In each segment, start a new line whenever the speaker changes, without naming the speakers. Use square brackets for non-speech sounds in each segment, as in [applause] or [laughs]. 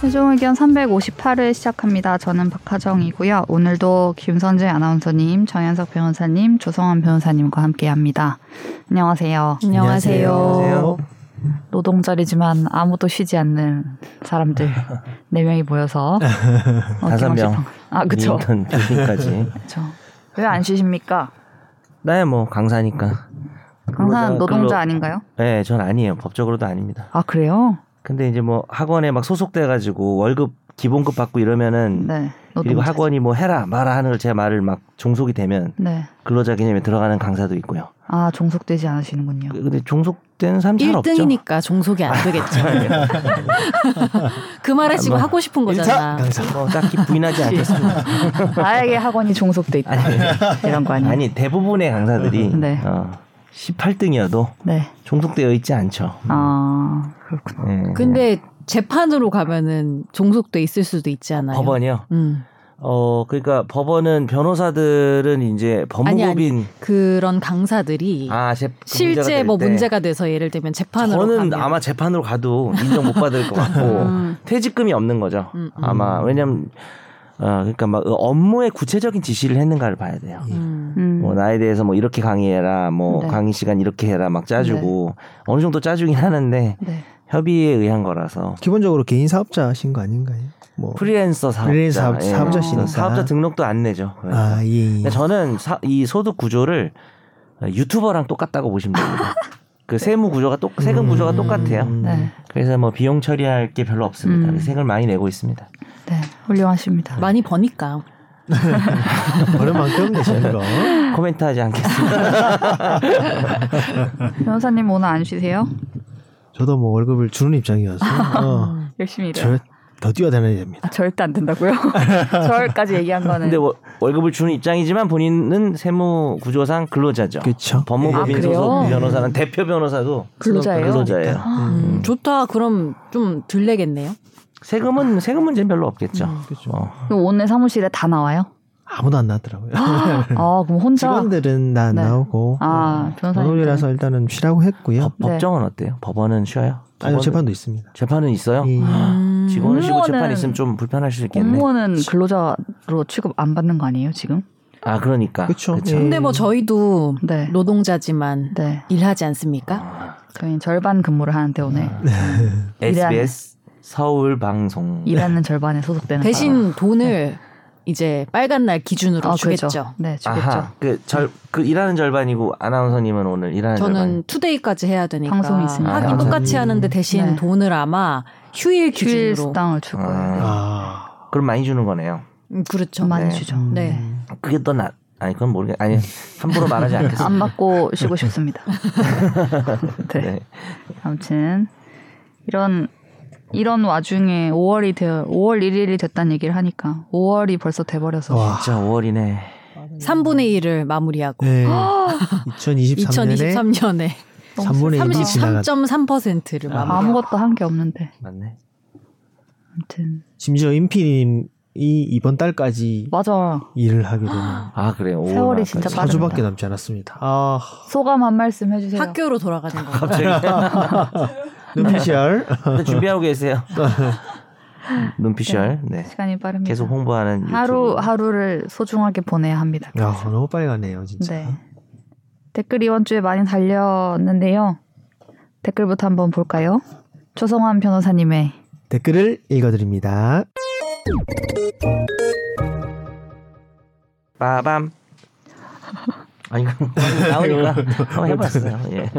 최종 의견 358회 시작합니다. 저는 박하정이고요. 오늘도 김선재 아나운서님, 정현석 변호사님, 조성환 변호사님과 함께합니다. 안녕하세요.
안녕하세요. 안녕하세요.
노동절이지만 아무도 쉬지 않는
[laughs]
사람들 네 명이 모여서 어,
다섯
김학식
명.
방- 아 그쵸.
인턴
[laughs]
교수까지.
그쵸. 왜안 쉬십니까?
나야 뭐 강사니까.
강사는
근로자-
노동자
근로-
아닌가요?
네, 전 아니에요. 법적으로도 아닙니다.
아 그래요?
근데 이제 뭐 학원에 막 소속돼가지고 월급 기본급 받고 이러면은
네.
그리고
노동자.
학원이 뭐 해라 마라 하는 걸 제 말을 막 종속이 되면
네.
근로자 개념에 들어가는 강사도 있고요.
아 종속되지 않으시는군요.
그- 근데 종속된 사람 잘 없죠.
1등이니까 그러니까
[laughs]
종속이 안 되겠죠.
[laughs]
그 말에 지금
뭐,
하고 싶은 거잖아. 예,
뭐 딱히
[laughs]
부인하지 않겠습니다.
나에게 아, 학원이 종속돼 있다.
아니,
이런 거 아니에요?
아니 대부분의 강사들이
네.
어, 18등이어도
네.
종속되어 있지 않죠.
아 그렇군요.
예.
근데 재판으로 가면은 종속돼 있을 수도 있지 않아요.
법원이요.
음.
어 그러니까 법원은 변호사들은 이제
아니, 아니.
법무법인
그런 강사들이
아, 제, 그
실제
될
뭐
때
문제가 돼서 예를 들면 재판으로
저는
가면
아마 재판으로 가도 인정 못 받을 것 같고
음.
[laughs] 퇴직금이 없는 거죠.
음, 음.
아마 왜냐면 어 그러니까 막 업무에 구체적인 지시를 했는가를 봐야 돼요.
음.
음.
뭐 나에 대해서 뭐 이렇게 강의해라, 뭐
네.
강의 시간 이렇게 해라 막 짜주고
네.
어느 정도 짜주긴 하는데
네.
협의에 의한 거라서
기본적으로 개인 사업자신 거 아닌가요? 뭐
프리랜서 사업자, 예.
프리랜서 사업- 사업자시니까.
사업자 등록도 안 내죠. 그래서.
아, 예. 예.
근데 저는 사- 이 소득 구조를 유튜버랑 똑같다고 보시면 됩니다. 그 세무 구조가 똑 세금 구조가
음.
똑같아요.
네.
그래서 뭐 비용 처리할 게 별로 없습니다.
음.
세금을 많이 내고 있습니다.
네. 훌륭하십니다.
많이 버니까.
버는 만큼 내시는 거.
코멘트하지
네.
않겠습니다.
변호사님 오늘 안 쉬세요?
저도 뭐 월급을 주는 입장이어서 어,
열심히 일해요.
저더 뛰어다녀야 됩니다.
아, 절대 안 된다고요? 저까지 얘기한 거는
근데 월- 월급을 주는 입장이지만 본인은 세무 구조상 근로자죠.
그렇죠.
법무법인
아, 그래요?
소속 변호사는 대표 변호사도
근로자예요. 그렇죠.
근로자예요.
음, 좋다. 그럼 좀 덜 내겠네요.
세금은 세금 문제는 별로 없겠죠.
그렇죠.
어.
음, 그럼 오늘 사무실에 다 나와요?
아무도 안 나왔더라고요. [laughs]
아 그럼 혼자?
직원들은 다 안
네.
나오고 어,
아, 변호사님들은-
월요일이라서 일단은 쉬라고 했고요.
네.
법- 법정은 어때요? 법원은 쉬어요?
아니
법원은-
재판도 있습니다.
재판은 있어요?
예.
음.
직원 쉬고
공무원은-
재판 있으면 좀 불편할 수 있겠네.
공무원은 근로자로 취급 안 받는 거 아니에요 지금?
아 그러니까.
그쵸.
그쵸.
예.
근데 뭐 저희도
네.
노동자지만
네.
일하지 않습니까?
아,
저희 절반 근무를 하는데 오늘
SBS 서울 방송.
일하는 절반에
아.
소속되는
대신
네.
돈을 이제 빨간 날 기준으로
아,
주겠죠.
그렇죠. 네, 주겠죠.
아하. 그절그 일하는 절반이고 아나운서님은 오늘 일하는 절반.
저는 투데이까지 해야 되니까
방송이 있으니까.
하긴
아,
똑같이
방송이.
하는데 대신
네.
돈을 아마 휴일
휴일
기준으로
수당을 줄 거예요.
아,
아,
그럼 많이 주는 거네요.
음, 그렇죠.
좀 많이
네.
주죠.
네.
그게 더 나. 아니 그건 모르겠. 아니 함부로 말하지 않겠습니다.
[laughs] 안 받고 쉬고
[laughs]
싶습니다. 네.
네.
아무튼 이런 이런 와중에 5월이 되어 5월 1일이 됐다는 얘기를 하니까 5월이 벌써 돼버려서
와.
진짜 5월이네.
3분의 1을 마무리하고
네. 2023년에
2023년에
너무
3분의 1이
슬프다.
지나가
33.3%를
아,
마무리.
아무것도 한 게 없는데
맞네.
아무튼
심지어 임피님이 이번 달까지
맞아
일을 하게 되는
아 그래. 요
세월이 진짜 빠르다.
4주밖에 남지 않았습니다. 아,
소감 한 말씀 해주세요.
학교로 돌아가는 거.
갑자기
네. 눈피셜. [laughs]
준비하고 [laughs] 계세요. 눈피셜. 네.
시간이 빠릅니다.
계속 홍보하는
하루
유튜브.
하루를 소중하게 보내야 합니다.
야, 너무 빨리 가네요, 진짜.
네. 댓글 이번 주에 많이 달렸는데요. 댓글부터 한번 볼까요? 조성환 변호사님의
댓글을 읽어드립니다.
빠밤. 아니 이거 [laughs] 나오니까 한번 해봤어요. 예.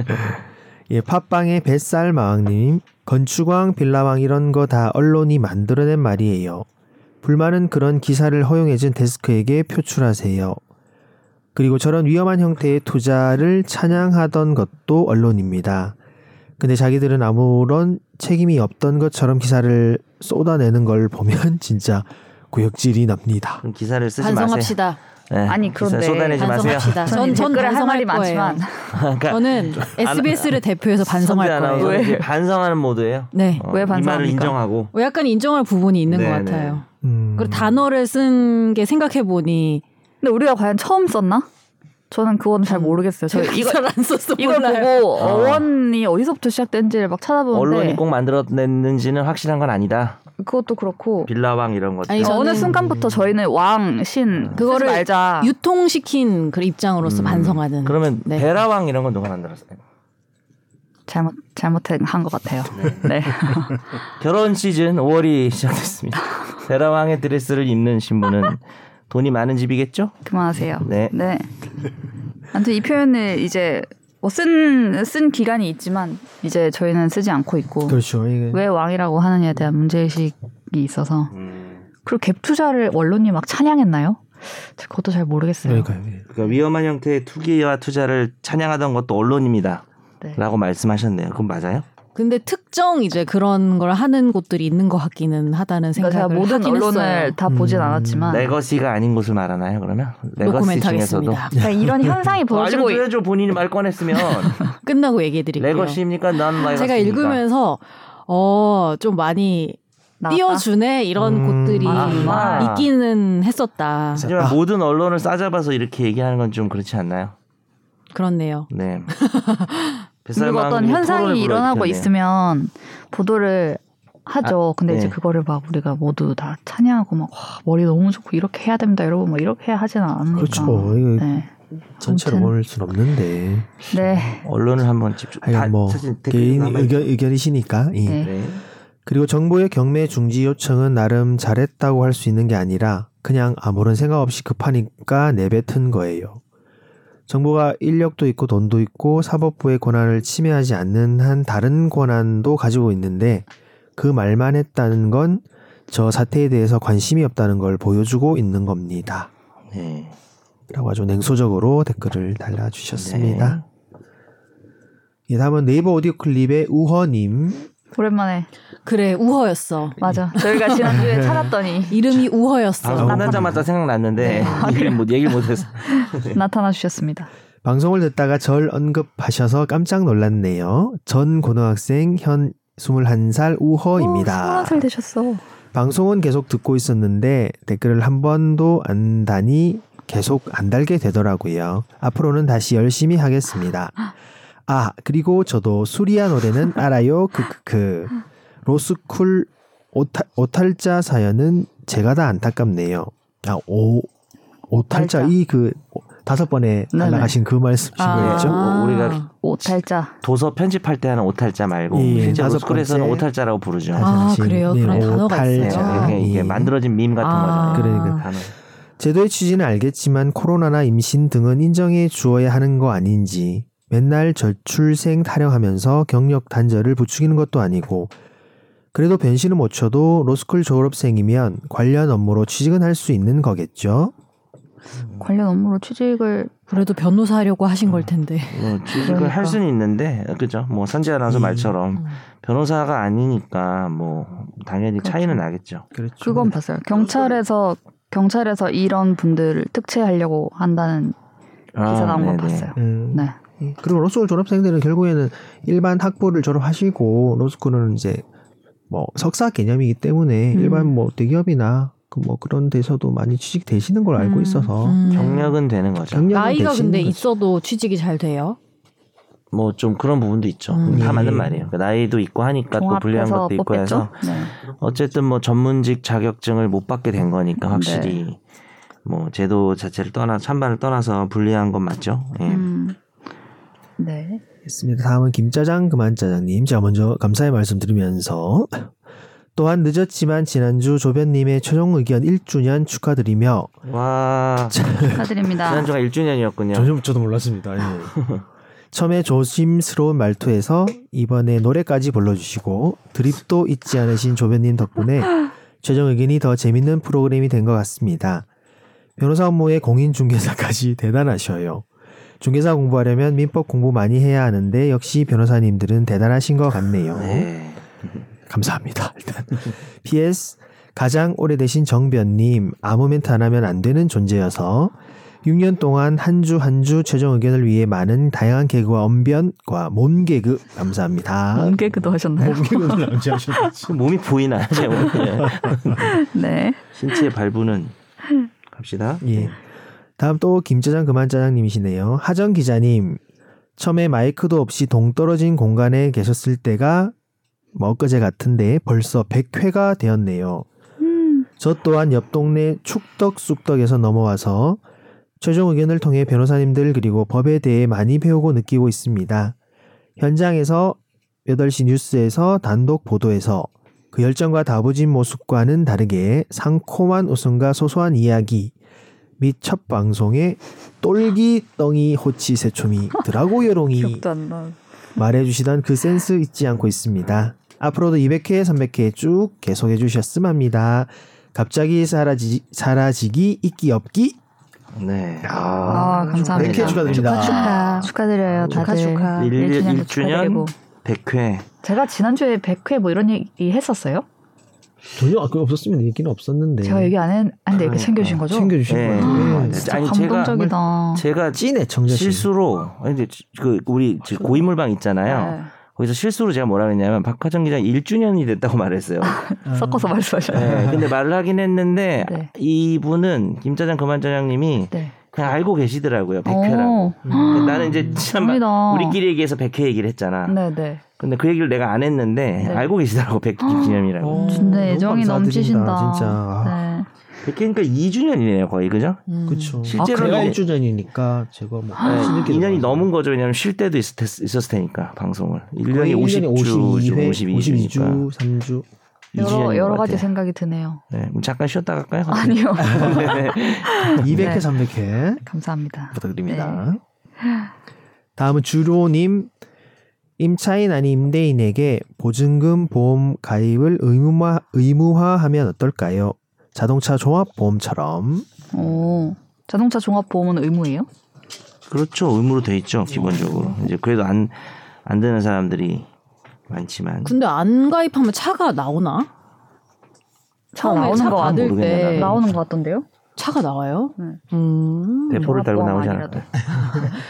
예, 팟빵의 뱃살 마왕님, 건축왕, 빌라왕 이런 거 다 언론이 만들어낸 말이에요. 불만은 그런 기사를 허용해준 데스크에게 표출하세요. 그리고 저런 위험한 형태의 투자를 찬양하던 것도 언론입니다. 근데 자기들은 아무런 책임이 없던 것처럼 기사를 쏟아내는 걸 보면 [laughs] 진짜 구역질이 납니다.
그럼 기사를 쓰지 마세요.
반성합시다.
예,
아니,
기사
그런데
쏟아내지 마세요.
반성합시다.
저는
전, 전
댓글에 할 말이
반성할 거예요.
많지만
그러니까
저는 SBS를 대표해서
선배
반성할 거예요.
아나운서는
왜?
이제 반성하는 모드예요.
네.
어,
왜
이 말을
반성합니까?
인정하고
어, 약간 인정할 부분이 있는
네,
것
네.
같아요.
음.
그리고 단어를 쓴 게 생각해 보니
근데 우리가 과연 처음 썼나? 저는 그건 잘 모르겠어요. 저
제가 [laughs]
이거
잘안 썼어
이걸
음. 몰라요.
보고
아.
어원이 어디서부터 시작된지를 막 찾아보는데
언론이 꼭 만들어냈는지는 확실한 건 아니다.
그것도 그렇고
빌라왕 이런 것들.
아니, 저는-
어느 순간부터 저희는 왕, 신
음.
그거를
그거를
알자.
유통시킨 그
음.
입장으로서 반성하는.
그러면
네.
베라왕 이런 건 누가 만들었어요?
잘못 잘못한 것 같아요. 네. [laughs]
결혼 시즌 5월이 [laughs] 시작됐습니다. 베라왕의 드레스를 입는 신부는 돈이 많은 집이겠죠?
그만하세요.
네.
네. 아무튼 이 표현을 이제 뭐쓴쓴 기간이 있지만 이제 저희는 쓰지 않고 있고
그렇죠. 이게
왜 왕이라고 하느냐에 대한 문제 의식이 있어서 그리고 갭 투자를 언론이 막 찬양했나요? 저 그것도 잘 모르겠어요.
그러니까요. 예.
그러니까 위험한 형태의 투기와 투자를 찬양하던 것도 언론입니다.
네.
라고 말씀하셨네요. 그건 맞아요?
근데 특정 이제 그런 걸 하는 곳들이 있는 것 같기는 하다는
그러니까
생각을
제가 모든
하긴
언론을
했어요.
다 보진
음,
않았지만
레거시가 아닌 곳을 말하나요? 그러면 레거시
노코멘트
중에서도
하겠습니다.
그러니까 이런 현상이 벌어지고 있-
알려줘야죠 본인이
[laughs]
말 꺼냈으면
끝나고 얘기해 드릴게요.
레거시입니까? 난 레거시입니까?
제가 읽으면서 어, 좀 많이
나왔다.
띄워주네 이런
음.
곳들이
아하.
있기는 했었다.
자,
하지만
아.
모든 언론을 싸잡아서 이렇게 얘기하는 건 좀 그렇지 않나요?
그렇네요.
[laughs]
네.
그리고
뭐
어떤 현상이 일어나고 있으면 보도를 하죠. 근데 이제
네.
그거를 막 우리가 모두 다 찬양하고 막 와, 머리 너무 좋고 이렇게 해야 됩니다, 여러분. 막 이렇게 하진 않으니까.
그렇죠. 이거
네.
전체로
아무튼.
볼 순 없는데.
네.
언론을 한번 집중. 다
하여간 뭐
사실
개인
댓글도 한번
의견, 의견이시니까. 예.
네.
네.
그리고 정부의 경매 중지 요청은 나름 잘했다고 할 수 있는 게 아니라 그냥 아무런 생각 없이 급하니까 내뱉은 거예요. 정부가 인력도 있고 돈도 있고 사법부의 권한을 침해하지 않는 한 다른 권한도 가지고 있는데 그 말만 했다는 건 저 사태에 대해서 관심이 없다는 걸 보여주고 있는 겁니다.
네.
라고 아주 냉소적으로 댓글을 달아주셨습니다. 예, 다음은 네이버 오디오 클립의 우허님.
오랜만에.
그래 우허였어.
맞아. 저희가 지난주에 찾았더니
이름이
아,
우허였어.
방송 끝나자마자 생각났는데
네.
[laughs] 얘기를 못 얘기를 못해서.
나타나 주셨습니다.
방송을 듣다가 절 언급하셔서 깜짝 놀랐네요. 전 고등학생 현 21살 우허입니다.
21살 어, 되셨어.
방송은 계속 듣고 있었는데 댓글을 한 번도 안 다니 계속 안 달게 되더라고요. 앞으로는 다시 열심히 하겠습니다. 아 그리고 저도 수리아 노래는 알아요. 크크크. 로스쿨 오타, 오탈자 사연은 제가 다 안타깝네요. 아오 오탈자
오탈자.
이 그 다섯 번에
네네.
날라가신 그 말씀이신
아.
거였죠?
어, 우리가
오탈자.
도서 편집할 때 하는 오탈자 말고
예,
실제
다섯
로스쿨에서는
번째.
오탈자라고 부르죠.
아, 그래요? 그런 단어가
네,
그렇죠.
진짜요?
이게, 이게
예.
만들어진 밈 같은
아.
거잖아요.
그러니까.
단어.
제도의 취지는 알겠지만 코로나나 임신 등은 인정해 주어야 하는 거 아닌지 맨날 저출생 타령하면서 경력 단절을 부추기는 것도 아니고 그래도 변신은 못 쳐도 로스쿨 졸업생이면 관련 업무로 취직은 할 수 있는 거겠죠.
관련 업무로 취직을
그래도 변호사 하려고 하신 걸 텐데.
뭐 취직을
그러니까. 예.
할 수는 있는데 그죠? 뭐 선지 아나운서
음.
말처럼
음.
변호사가 아니니까 뭐 당연히
그렇죠.
차이는 나겠죠.
그렇죠.
그건
네.
봤어요. 경찰에서 경찰에서 이런 분들을 특채하려고 한다는 기사
아,
나온 거
네네.
봤어요.
음.
네.
그리고 로스쿨 졸업생들은 결국에는 일반 학부를 졸업하시고 로스쿨은 이제 뭐 석사 개념이기 때문에
음.
일반 뭐 대기업이나 그 뭐 그런 데서도 많이 취직되시는 걸 알고
음,
있어서
음.
경력은 되는 거죠.
경력은
나이가
되시는
근데
거죠.
있어도 취직이 잘 돼요.
뭐 좀 그런 부분도 있죠.
음.
다
예.
맞는 말이에요. 그 나이도 있고 하니까 또 불리한
종합해서
것도 있고 해서
뽑겠죠? 네.
어쨌든 뭐 전문직 자격증을 못 받게 된
네.
거니까 확실히 뭐 제도 자체를 떠나 찬반을 떠나서 불리한 건 맞죠. 예.
음. 네.
있습니다. 다음은 김짜장 그만짜장님. 제가 먼저 감사의 말씀 드리면서 또한 늦었지만 지난주 조변님의 최종 의견 1주년 축하드리며
와
축하드립니다.
[laughs] 지난주가 1주년이었군요.
전혀 저도 몰랐습니다. 예. [laughs] 처음에 조심스러운 말투에서 이번에 노래까지 불러주시고 드립도 잊지 않으신 조변님 덕분에 최종 의견이 더 재밌는 프로그램이 된 것 같습니다. 변호사 업무에 공인중개사까지 대단하셔요. 중개사 공부하려면 민법 공부 많이 해야 하는데 역시 변호사님들은 대단하신 것 같네요.
네.
감사합니다. 일단 [laughs] PS 가장 오래되신 정변님 아무 멘트 안 하면 안 되는 존재여서 6년 동안 한 주 한 주 최종 의견을 위해 많은 다양한 개그와 언변과 몸개그 감사합니다.
몸개그도 하셨나요?
몸개그는 언제 하셨지?
몸이 보이나요? [laughs] 제 몸이?
[laughs] 네.
신체 발부는 갑시다.
예. 다음 또 김짜장 그만짜장님이시네요. 하정 기자님 처음에 마이크도 없이 동떨어진 공간에 계셨을 때가 뭐 엊그제 같은데 벌써 100회가 되었네요.
음.
저 또한 옆 동네 축덕 쑥덕에서 넘어와서 최종 의견을 통해 변호사님들 그리고 법에 대해 많이 배우고 느끼고 있습니다. 현장에서 8시 뉴스에서 단독 보도에서 그 열정과 다부진 모습과는 다르게 상콤한 웃음과 소소한 이야기 및 첫 방송에 똘기 떵이 호치 새초미 드라고 여롱이
기억도 안 나.
말해주시던 그 센스 잊지 않고 있습니다. 앞으로도 200회, 300회 쭉 계속해 주셨음 합니다. 갑자기 사라지, 사라지기, 있기 없기.
네.
아, 감사합니다.
100회 축하드립니다.
축하.
축하드려요,
축하,
다들.
축하.
일-
일주년도
일주년?
축하드리고.
100회.
제가 지난주에 100회 뭐 이런 얘기 했었어요?
전혀 아까 없었으면 얘기는 없었는데.
네.
제가 얘기 안 했는데 이렇게
그러니까.
챙겨주신 거죠?
챙겨주신
네.
거예요.
아,
네.
진짜
아니, 제가
감동적이다.
제가
찐 애청자 씨.
실수로 아니 근데 지- 그 우리 지- 고인물방
네.
있잖아요. 거기서 실수로 제가 뭐라 그랬냐면 박하정 기자 1주년이 됐다고
[laughs]
말했어요.
네. 섞어서 말씀하셨네.
네, 근데 말을 하긴 했는데
네.
이분은 김짜장 그만짜장님이
네.
그냥 알고 계시더라고요. 100회라고. 음,
오,
나는 이제 참
재밌다.
우리끼리 얘기해서 100회 얘기를 했잖아.
네네.
근데 그 얘기를 내가 안 했는데
네.
알고 계시더라고 100주 기념이라고.
어, 너무
근데 음. 애정이
감사드립니다,
넘치신다.
진짜. 아,
네.
100회 그러니까 2주년이네요 거의 그죠?
음.
아, 그쵸.
실제로
제가
이제-
1주년이니까 제가 뭐.
네,
신입기도
2년이
많아서.
넘은 거죠. 왜냐하면 쉴 때도 있, 었을 테니까 방송을
거의
1년이
1년에
50주,
52회,
52주니까
52주, 3주.
여러, 여러 가지 생각이 드네요.
네, 그럼 잠깐 쉬었다 갈까요?
아니요.
네.
200회,
네.
300회.
감사합니다.
부탁드립니다.
네.
다음은 주로님 임차인 아니 임대인에게 보증금 보험 가입을 의무화, 의무화하면 어떨까요? 자동차 종합 보험처럼
오. 자동차 종합보험은 의무예요?
그렇죠. 의무로 돼 있죠. 기본적으로
네.
이제 그래도 안 안 되는 사람들이 많지만
근데 안 가입하면 차가 나오나?
차
처음에
나오는
차
거
받을
모르겠네,
때
나는.
나오는 것 같던데요?
차가 나와요?
네.
음.
대포를 달고 나오지 않아요.
종합보험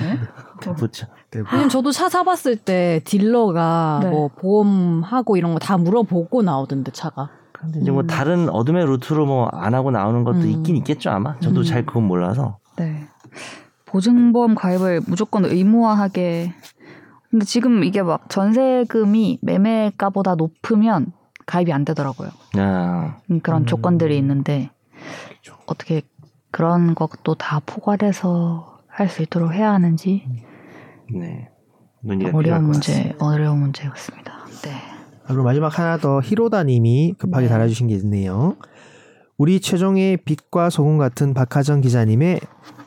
네?
[laughs] 그렇죠.
네,
왜냐면 저도 차 사봤을 때 딜러가
네.
뭐 보험하고 이런 거 다 물어보고 나오던데 차가.
근데 이제 뭐 다른 어둠의 루트로 뭐 안 하고 나오는 것도
음.
있긴 있겠죠 아마. 저도
음.
잘 그건 몰라서.
네. 보증보험 가입을 무조건 의무화하게. 근데 지금 이게 막 전세금이 매매가보다 높으면 가입이 안 되더라고요.
아,
음, 그런
음.
조건들이 있는데
그렇죠.
어떻게 그런 것도 다 포괄해서 할 수 있도록 해야 하는지
네. 논의가 필요할
어려운
것
문제,
같습니다.
어려운 문제였습니다. 네.
아, 그럼 마지막 하나 더 히로다님이 급하게
네.
달아주신 게 있네요. 우리 최종의 빛과 소금 같은 박하정 기자님의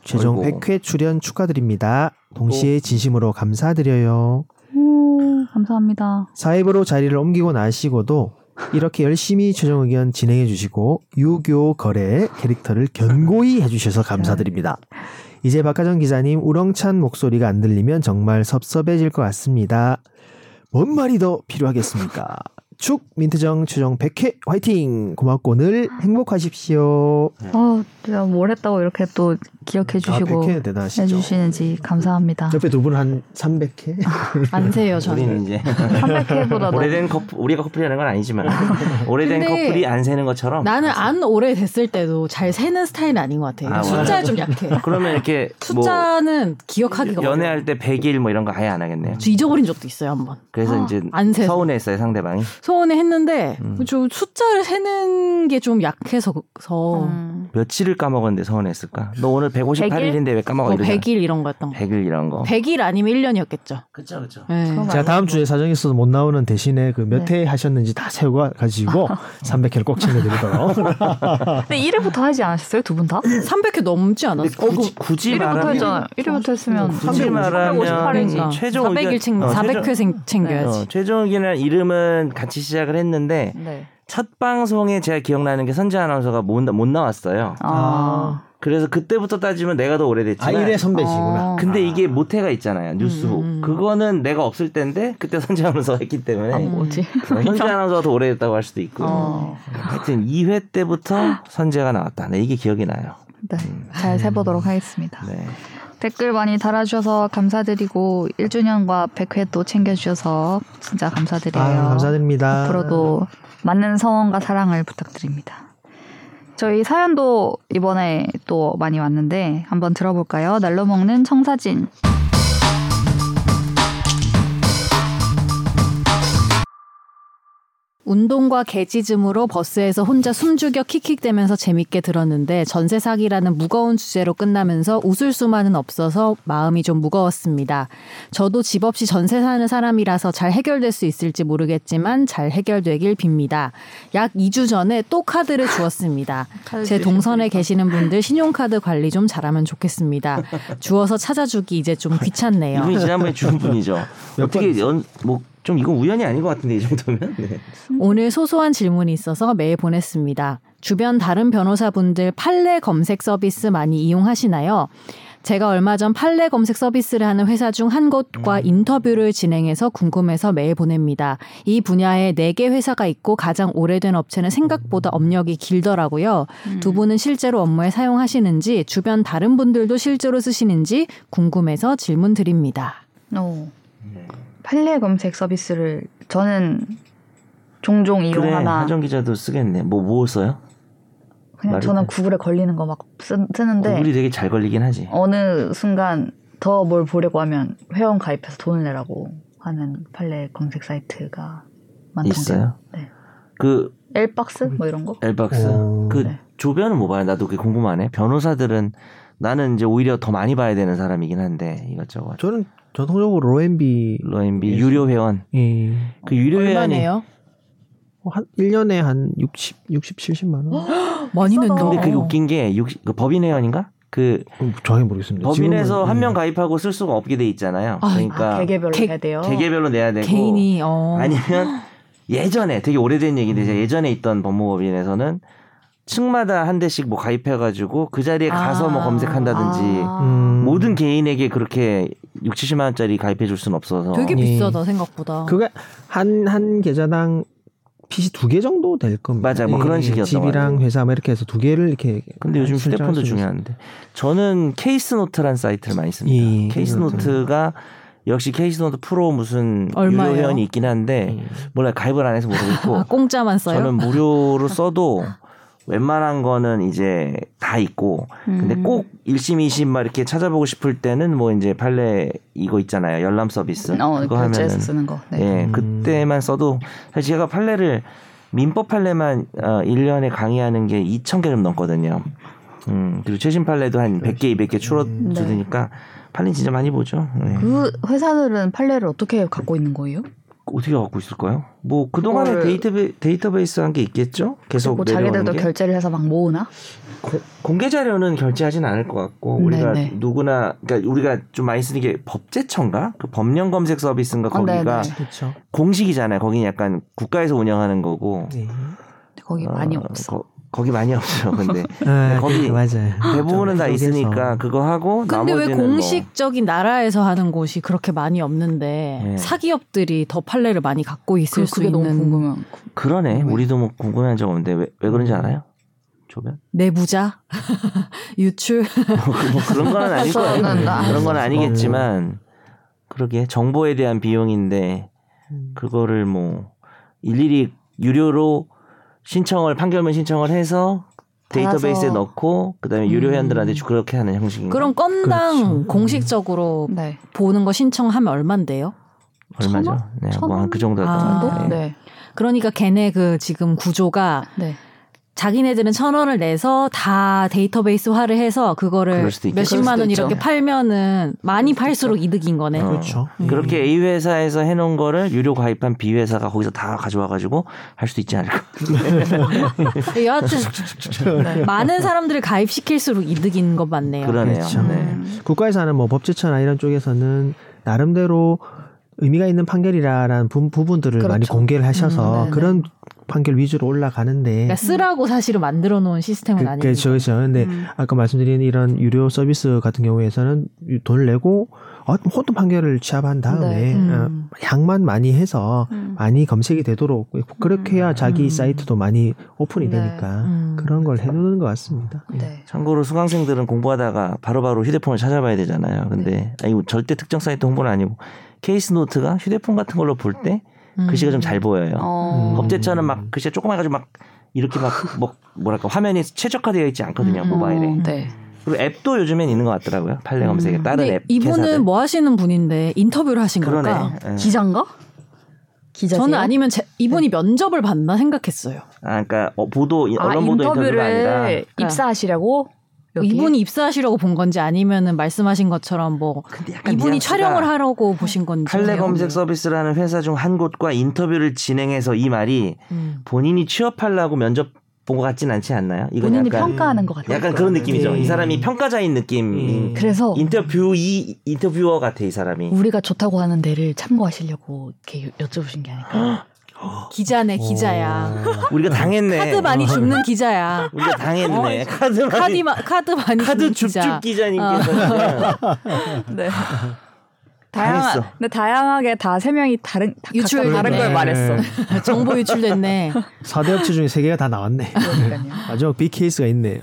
최종
아이고.
100회 출연 축하드립니다. 동시에 진심으로 감사드려요.
오, 음, 감사합니다.
사입으로 자리를 옮기고 나시고도 이렇게 열심히 최종 의견 진행해 주시고 유교 거래 캐릭터를 견고히 해주셔서 감사드립니다. 이제 박하정 기자님 우렁찬 목소리가 안 들리면 정말 섭섭해질 것 같습니다. 뭔 말이 더 필요하겠습니까? 축 민트정 최종 100회 화이팅! 고맙고 늘 행복하십시오.
어, 제가 뭘 했다고 이렇게 또
네,
기억해 주시고
아, 100회 대단하시죠.
해주시는지 감사합니다.
옆에 두 분 한 300회?
안 세요 저는.
우리는 이제
300회보다 더
네. 오래된 커플 우리가 커플이라는 건 아니지만
[laughs]
오래된
뭐. 근데
커플이 안 새는 것처럼
나는 안 오래 됐을 때도 잘 세는 스타일은 아닌 것 같아요.
아,
숫자에
맞아요.
좀 약해.
그러면 이렇게 뭐
숫자는 기억하기가 어려워.
연애할 때 100일 뭐 이런 거 아예 안 하겠네요.
저 잊어버린 적도 있어요 한번.
그래서 이제
아, 안 세서.
서운했어요 상대방이.
소원에 했는데
음.
저 숫자를 세는 게 좀 약해서 그- 서
음,
며칠을 까먹었는데 서운했을까? 너 오늘 158일인데 왜 까먹어? 어.
뭐
이러잖아.
100일 이런 거였던 거.
100일 이런 거.
100일 아니면 1년이었겠죠. 예.
그쵸 그쵸.
제가 다음 주에 사정이 있어서 못 나오는 대신에 그
네.
몇
아.
회 하셨는지 다 세워 가지고 300회를
[laughs]
꼭 챙겨드리도록.
근데 1회부터 하지 않으셨어요? 두 분 다?
300회 넘지 않았어. 그
굳이, 굳이
1회부터
말하면
했잖아요. 1회부터 했으면
굳이
358
말하면
회니까.
최종
그러니까 400일 챙
어,
400회 생-
최종,
챙겨야지.
어, 최종 의견이라는 이름은 같이 시작을 했는데
네.
첫 방송에 제가 기억나는 게 선재 아나운서가 못, 나- 못 나왔어요.
아.
그래서 그때부터 따지면 내가 더
아,
오래됐지만
일회 선배시구나.
어.
근데 이게 모태가 있잖아요. 뉴스훅.
음, 음.
그거는 내가 없을 때인데 그때 선재 아나운서가 했기 때문에
아, 뭐지?
어, 선재 아나운서가 더 오래됐다고 할 수도 있고
어.
하여튼 2회 때부터 선재가 나왔다. 네, 이게 기억이 나요. 음.
네. 잘 세보도록 하겠습니다.
네.
댓글 많이 달아주셔서 감사드리고 1주년과 100회도 챙겨주셔서 진짜 감사드려요.
아, 감사드립니다.
앞으로도 많은 성원과 사랑을 부탁드립니다. 저희 사연도 이번에 또 많이 왔는데 한번 들어볼까요? 날로 먹는 청사진.
운동과 개짖음으로 버스에서 혼자 숨죽여 킥킥대면서 재밌게 들었는데 전세 사기라는 무거운 주제로 끝나면서 웃을 수만은 없어서 마음이 좀 무거웠습니다. 저도 집 없이 전세 사는 사람이라서 잘 해결될 수 있을지 모르겠지만 잘 해결되길 빕니다. 약 2주 전에 또 카드를 주었습니다.
카드
제
주셨군요.
동선에 계시는 분들 신용카드 관리 좀 잘하면 좋겠습니다. 주어서 찾아주기 이제 좀 귀찮네요.
이분이 지난번에
[laughs]
주운 분이죠. 어떻게 연 뭐 좀 이건 우연이 아닌 것 같은데 이 정도면. 네.
오늘 소소한 질문이 있어서 메일 보냈습니다. 주변 다른 변호사분들 판례 검색 서비스 많이 이용하시나요? 제가 얼마 전 판례 검색 서비스를 하는 회사 중 한 곳과 인터뷰를 진행해서 궁금해서 메일 보냅니다. 이 분야에 4개 회사가 있고 가장 오래된 업체는 생각보다 업력이 길더라고요.
음.
음.
두 분은 실제로 업무에 사용하시는지 주변 다른 분들도 실제로 쓰시는지 궁금해서 질문 드립니다.
오.
네.
판례 검색 서비스를 저는 종종
그래
이용하나
하정 기자도 쓰겠네. 뭐 뭐 써요?
그냥
말이
저는
돼.
구글에 걸리는 거 막 쓰는데
우리 되게 잘 걸리긴 하지.
네. 어느 순간 더 뭘 보려고 하면 회원 가입해서 돈을 내라고 하는 판례 검색 사이트가 많던데
있어요?
네.
그
엘박스 뭐 이런 거?
엘박스
어.
그
네.
조변은 뭐 봐요? 나도 그게 궁금하네. 변호사들은 나는 이제 오히려 더 많이 봐야 되는 사람이긴 한데 이것저것.
저는 전통적으로 로엔비
로엠비 유료 회원.
예.
그 유료 회원이
얼마네요?
뭐 한 1년에 한 60, 60, 70만 원?
많이
비싸다.
낸다.
근데 그게 웃긴 게 육- 그 법인 회원인가? 그
음, 정확히 모르겠습니다.
법인에서
지금은,
한 명
음.
가입하고 쓸 수가 없게 돼 있잖아요.
아,
그러니까
아, 개개별로
개-
해야 돼요.
개개별로 내야 되고
개인이 어.
아니면 예전에 되게 오래된 얘기인데 제가 예전에 있던 법무법인에서는 층마다 한 대씩 뭐 가입해가지고 그 자리에 가서
아.
뭐 검색한다든지
아.
음.
모든 개인에게 그렇게 6, 70만 원짜리 가입해 줄 수는 없어서
되게
예.
비싸다 생각보다.
그게 한, 한 계좌당 핏이 두 개 정도 될 겁니다.
맞아, 뭐
예,
그런
예.
식이었던 것
집이랑
같아요.
회사 뭐 이렇게 해서 두 개를 이렇게.
근데 요즘
출장할
휴대폰도
수 있어요.
중요한데 저는 케이스 노트라는 사이트를 많이 씁니다.
예, 예.
케이스 노트가 역시 케이스 노트 프로 무슨
얼마예요?
유료 회원이 있긴 한데 몰라 요 가입을 안 해서 모르겠고
아, 공짜만 써요?
저는 무료로 써도 웬만한 거는 이제 다 있고 근데
음.
꼭 1심, 2심 막 이렇게 찾아보고 싶을 때는 뭐 이제 판례 이거 있잖아요. 열람 서비스.
어,
그거
결제해서
하면은
쓰는 거. 네.
예,
음.
그때만 써도 사실 제가 판례를 민법 판례만 어 1년에 강의하는 게 2,000개 좀 넘거든요. 음, 그리고 최신 판례도 한 100개, 200개 줄어드니까
음.
판례 진짜 많이 보죠. 네.
그 회사들은 판례를 어떻게 갖고 있는 거예요?
어떻게 갖고 있을까요? 뭐 그동안에
그 그걸-
데이터베, 데이터베이스 한 게 있겠죠? 계속
뭐
내려오는
자기들도
게.
결제를 해서 막 모으나?
고- 공개 자료는 결제하진 않을 것 같고
네,
우리가
네.
누구나 그러니까 우리가 좀 많이 쓰는 게 법제처인가 그 법령 검색 서비스인가
어, 네,
거기가
네.
그렇죠.
공식이잖아요. 거기는 약간 국가에서 운영하는 거고
네.
근데 거기 많이
어,
없어.
거, 거기 많이 없죠. 근데
아,
네, 거기
그, 맞아요.
대부분은 다
그쪽에서. 음,
있으니까 그거 하고
근데 왜
나머지는 뭐
공식적인 나라에서 하는 곳이 그렇게 많이 없는데
예.
사기업들이 더 판례를 많이 갖고 있을
그,
수
그게 너무
있는
궁금해.
뭐 그러네. 우리도 뭐 궁금한 적 없는데 왜, 왜 그런지 알아요? 조변?
내부자 [laughs] 유출
[laughs] 뭐, 그- 뭐 그런 건 아닐 거예요.
저는 나-
그런 건 아니겠지만 그러게 정보에 대한 비용인데
음.
그거를 뭐 일일이 유료로 신청을 판결문 신청을 해서 데이터베이스에
받아서.
넣고 그다음에 유료
음.
회원들한테 주- 그렇게 하는 형식인가? 음.
그럼 건당
그렇죠.
공식적으로
네.
보는 거 신청하면 얼만데요?
얼마죠?
원?
네,
천 원?
뭐한그 정도 할것
아,
같아요. 네.
네.
그러니까 걔네 그 지금 구조가
네.
자기네들은 천 원을 내서 다 데이터베이스화를 해서
그럴
그거를
수도 있겠-
몇십만
그럴
원
수도
이렇게
있죠.
팔면은 많이 팔수록 이득인 거네.
어.
그렇죠.
그렇게 A 회사에서 해놓은 거를 유료 가입한 B 회사가 거기서 다 가져와가지고 할 수도 있지 않을까?
여하튼
네.
많은 사람들을 가입시킬수록 이득인 것 맞네요.
그러네요.
그렇죠.
네.
음.
국가에서 하는 뭐 법제처나 이런 쪽에서는 나름대로 의미가 있는 판결이라는 부, 분들을 많이
그렇죠.
공개를 하셔서
음, 네네.
그런 판결 위주로 올라가는데
그러니까 쓰라고 사실은 만들어 놓은 시스템은
그,
아니에요.
그렇죠, 그렇죠. 근데
음.
아까 말씀드린 이런 유료 서비스 같은 경우에서는 이 돈을 내고 어, 호도 판결을 취합한 다음에
네.
음.
어, 양만 많이 해서
음.
많이 검색이 되도록 예, 그렇게 해야 자기
음.
사이트도 많이 오픈이
네.
되니까
음.
그런 걸 해놓는 것 같습니다. 예.
네.
[laughs] 참고로 수강생들은 공부하다가 바로바로 휴대폰을 찾아봐야 되잖아요. 근데 아, 이거 절대 특정 사이트 홍보는 아니고 케이스 노트가 휴대폰 같은 걸로 볼 때
음.
글씨가 그 좀 잘 보여요. 음.
어.
법제처는 막 글씨가 조그마해가지고 막 이렇게 막 뭐 뭐랄까 화면이 최적화되어 있지 않거든요
음.
모바일에
음, 네.
그리고 앱도 요즘엔 있는 것 같더라고요 판례
음.
검색에 다른
근데
앱
이분은
회사들.
뭐 하시는 분인데 인터뷰를 하신
그러네
걸까?
예.
기자인가?
기자세요?
저는 아니면 제-
네.
이분이 면접을 받나 생각했어요.
아, 그러니까 어, 보도
아,
언론 보도 인터뷰가 아니라
네.
인터뷰를 입사하시려고 여기?
이분이 입사하시려고 본 건지 아니면은 말씀하신 것처럼 뭐
근데 약간
이분이
뉘앙스가
촬영을 하려고 보신 건지
판례 검색 서비스라는 회사 중 한 곳과 인터뷰를 진행해서 이 말이
음.
본인이 취업하려고 면접 본 것 같진 않지 않나요? 이건
본인이
약간
평가하는 것 같아요. 네.
약간 그런 느낌이죠.
네.
음.
이 사람이 평가자인 느낌.
음.
그래서
인터뷰 이 인터뷰어 같아 이 사람이.
우리가 좋다고 하는 데를 참고하시려고 이렇게 여쭤보신 게 아닐까.
기자네 기자야.
우리가 당했네.
어,
어.
카드 많이
[laughs]
줍는 기자야.
우리가 당했네.
어,
카드
카드
많이
카드 많이 어.
카드
줍는
줍줍
기자.
기자님께서
[laughs]
[laughs]
네.
당했어.
다양한 근데 다양하게 다 세 명이 다른 다-
유출
각각 다른
그러네.
걸 말했어.
[laughs]
아, 정보
[laughs]
유출됐네.
4대 업체 중에 3개가 다 나왔네.
그러니까요.
마지막 빅 케이스가 있네요.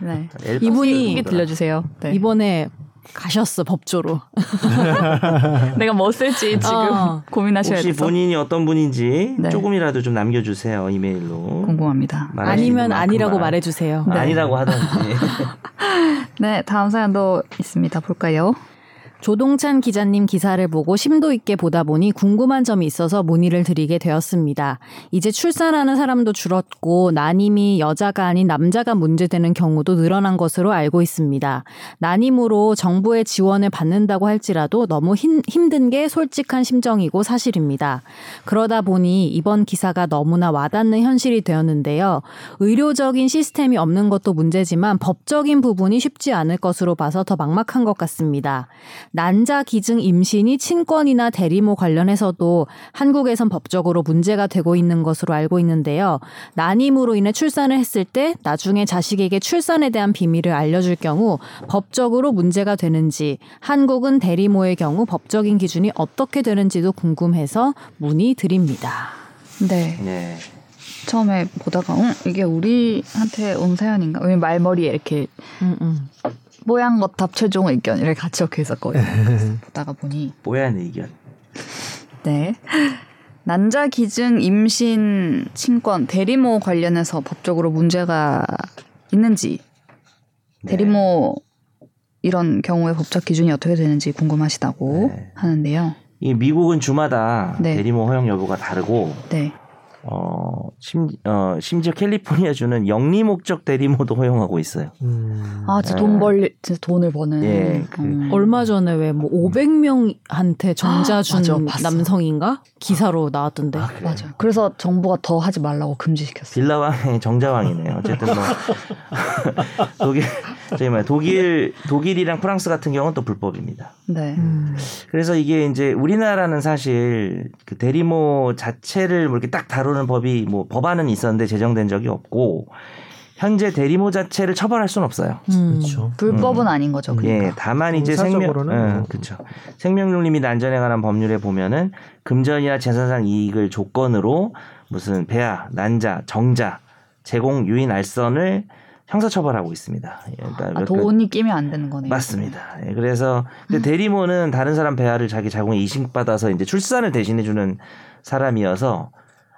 네.
엘바스
[laughs] 이분이
정도다.
들려주세요. 네.
이번에 가셨어 법조로.
[laughs] 내가 뭐 쓸지 지금
어.
고민하셔야
혹시
돼서.
본인이 어떤 분인지
네.
조금이라도 좀 남겨주세요 이메일로.
궁금합니다.
말할 수 있는
아니면
만큼만.
아니라고 말해주세요.
아, 아니라고 하던지.
[laughs]
네, 다음 사연도 있습니다. 볼까요?
조동찬 기자님 기사를 보고 심도 있게 보다 보니 궁금한 점이 있어서 문의를 드리게 되었습니다. 이제 출산하는 사람도 줄었고 난임이 여자가 아닌 남자가 문제되는 경우도 늘어난 것으로 알고 있습니다. 난임으로 정부의 지원을 받는다고 할지라도 너무 힘, 힘든 게 솔직한 심정이고 사실입니다. 그러다 보니 이번 기사가 너무나 와닿는 현실이 되었는데요. 의료적인 시스템이 없는 것도 문제지만 법적인 부분이 쉽지 않을 것으로 봐서 더 막막한 것 같습니다. 난자 기증 임신이 친권이나 대리모 관련해서도 한국에선 법적으로 문제가 되고 있는 것으로 알고 있는데요. 난임으로 인해 출산을 했을 때 나중에 자식에게 출산에 대한 비밀을 알려줄 경우 법적으로 문제가 되는지 한국은 대리모의 경우 법적인 기준이 어떻게 되는지도 궁금해서 문의드립니다.
네.
네.
처음에 보다가 어, 이게 우리한테 온 사연인가? 왜 말머리에 이렇게
음, 음.
뽀얀 거탑 최종 의견을 같이 적혀 있었거든요. 그래서
[laughs]
보다가 보니
뽀얀 의견.
네. 난자 기증 임신 친권 대리모 관련해서 법적으로 문제가 있는지
네.
대리모 이런 경우에 법적 기준이 어떻게 되는지 궁금하시다고
네.
하는데요.
이 미국은 주마다
네.
대리모 허용 여부가 다르고
네.
어, 심, 어, 심지어 캘리포니아 주는 영리 목적 대리모도 허용하고 있어요.
음.
아, 진짜 돈 벌, 진짜 돈을 버는.
네. 예, 그-
음.
얼마 전에 왜 뭐 500명한테 정자 준
맞아, 봤어.
남성인가 기사로 나왔던데.
그래요?
맞아. 그래서 정부가 더 하지 말라고 금지시켰어요.
빌라왕의 정자왕이네요. 어쨌든
[laughs]
뭐 독일 저희 말 독일 독일이랑 프랑스 같은 경우는 또 불법입니다.
네.
음.
그래서 이게 이제 우리나라는 사실 그 대리모 자체를 뭐 이렇게 딱 다루는 법이 뭐 법안은 있었는데 제정된 적이 없고 현재 대리모 자체를 처벌할 수는 없어요.
음.
그렇죠.
불법은 아닌 거죠. 그러니까.
예, 다만 이제 생명,
형사적으로는 뭐.
그렇 생명윤리 및 안전에 관한 법률에 보면은 금전이나 재산상 이익을 조건으로 무슨 배아, 난자, 정자, 제공, 유인, 알선을 형사처벌하고 있습니다. 예, 그러니까
아,
몇
돈이 끼면 안 되는 거네요.
맞습니다. 예, 그래서 근데 대리모는 다른 사람 배아를 자기 자궁에 이식받아서 이제 출산을 대신해 주는 사람이어서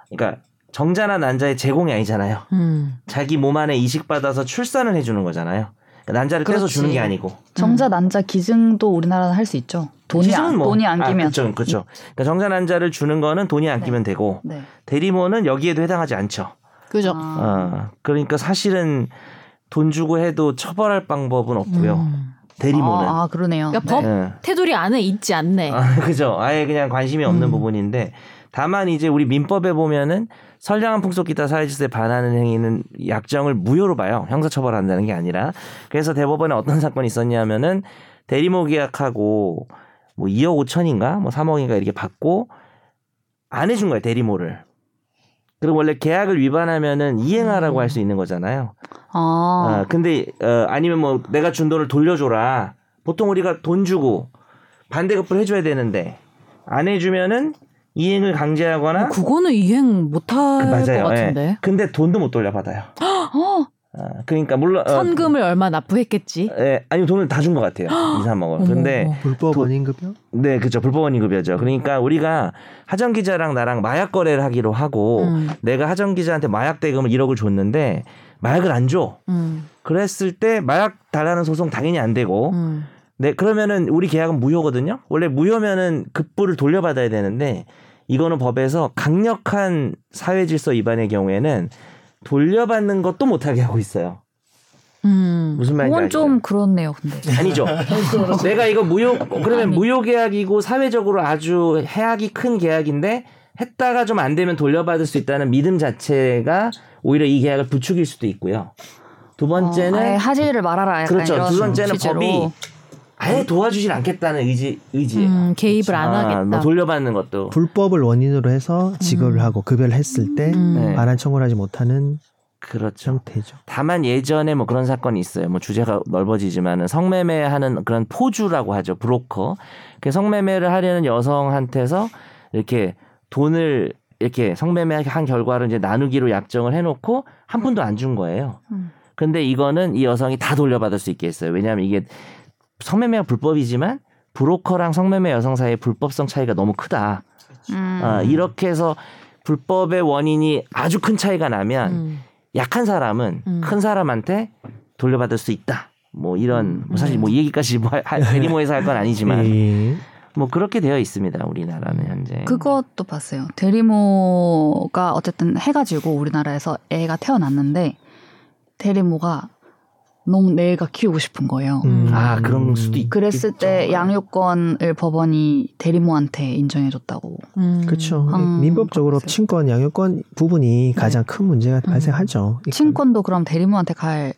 그러니까 정자나 난자의 제공이 아니잖아요.
음.
자기 몸 안에 이식받아서 출산을 해 주는 거잖아요. 그러니까 난자를 떼서
그렇지.
주는 게 아니고.
정자 난자 기증도 우리나라는 할 수 있죠. 돈이 안,
기준은 뭐-
돈이 안 끼면.
아, 그렇죠, 그렇죠. 그러니까 정산 한자를 주는 거는 돈이 안
네.
끼면 되고
네.
대리모는 여기에도 해당하지 않죠.
그죠.
아,
어, 그러니까 사실은 돈 주고 해도 처벌할 방법은 없고요.
음.
대리모는.
아, 아, 그러네요.
그러니까 법
예.
테두리 안에 있지 않네.
아, [laughs] 그죠. 아예 그냥 관심이 없는
음.
부분인데 다만 이제 우리 민법에 보면은 선량한 풍속 기타 사회질서에 반하는 행위는 약정을 무효로 봐요. 형사처벌한다는 게 아니라. 그래서 대법원에 어떤 [laughs] 사건이 있었냐면은 대리모 계약하고 뭐 2억 5천인가 뭐 3억인가 이렇게 받고 안 해준 거예요 대리모를. 그리고 원래 계약을 위반하면은 이행하라고
음.
할 수 있는 거잖아요.
아,
아, 근데 어, 아니면 뭐 내가 준 돈을 돌려줘라. 보통 우리가 돈 주고 반대급부를 해줘야 되는데 안 해주면은 이행을 강제하거나
그거는 이행 못할
그,
어, 것
맞아요.
같은데.
예. 근데 돈도 못 돌려받아요.
어,
아, 그러니까 물론 어,
선금을 얼마 납부했겠지.
예, 아니 돈을 다 준 것 같아요. 이 3억을.
어머,
근데
어머.
불법 원인급여?
네 그죠 불법원 인급여죠. 그러니까 우리가 하정 기자랑 나랑 마약 거래를 하기로 하고
음,
내가 하정 기자한테 마약 대금을 1억을 줬는데 마약을 안 줘.
음,
그랬을 때 마약 달라는 소송 당연히 안 되고
음.
네, 그러면은 우리 계약은 무효거든요. 원래 무효면은 급부를 돌려받아야 되는데 이거는 법에서 강력한 사회 질서 위반의 경우에는 돌려받는 것도 못하게 하고 있어요.
음.
무슨 말인지
그건
아시죠?
좀 그렇네요, 근데. [laughs]
아니죠. 내가 이거 무효 그러면 무효 계약이고 사회적으로 아주 해악이 큰 계약인데 했다가 좀 안 되면 돌려받을 수 있다는 믿음 자체가 오히려 이 계약을 부추길 수도 있고요. 두
어, 아예
번째는
하지를 말아라. 약간
그렇죠.
이런
두 번째는
취지로.
법이 아예 도와주질 않겠다는 의지 의지예요.
음, 개입을 안
아,
하겠다.
뭐 돌려받는 것도
불법을 원인으로 해서 지급을 하고 급여를 했을 때
음.
네.
반환 청구를 하지 못하는
그렇죠.
상태죠.
다만 예전에 뭐 그런 사건이 있어요. 뭐 주제가 넓어지지만은 성매매하는 그런 포주라고 하죠. 브로커. 그 성매매를 하려는 여성한테서 이렇게 돈을 이렇게 성매매한 결과를 이제 나누기로 약정을 해놓고 한 푼도 안 준 거예요.
음.
근데 이거는 이 여성이 다 돌려받을 수 있게 했어요. 왜냐하면 이게 성매매가 불법이지만 브로커랑 성매매 여성 사이의 불법성 차이가 너무 크다.
음.
아, 이렇게 해서 불법의 원인이 아주 큰 차이가 나면
음.
약한 사람은
음.
큰 사람한테 돌려받을 수 있다. 뭐
음.
이런 뭐 사실 뭐 이 얘기까지 뭐 하- 대리모에서 할 건 아니지만
예.
뭐 그렇게 되어 있습니다. 우리나라는 현재.
그것도 봤어요. 대리모가 어쨌든 해가지고 우리나라에서 애가 태어났는데 대리모가 너무 내 애가 키우고 싶은 거예요.
음.
아 그런 수도 있.
그랬을 때
있죠.
양육권을 법원이 대리모한테 인정해줬다고.
음.
그렇죠.
음,
민법적으로
그렇겠어요.
친권, 양육권 부분이 가장 큰 문제가 발생하죠.
친권도 그럼 대리모한테 갈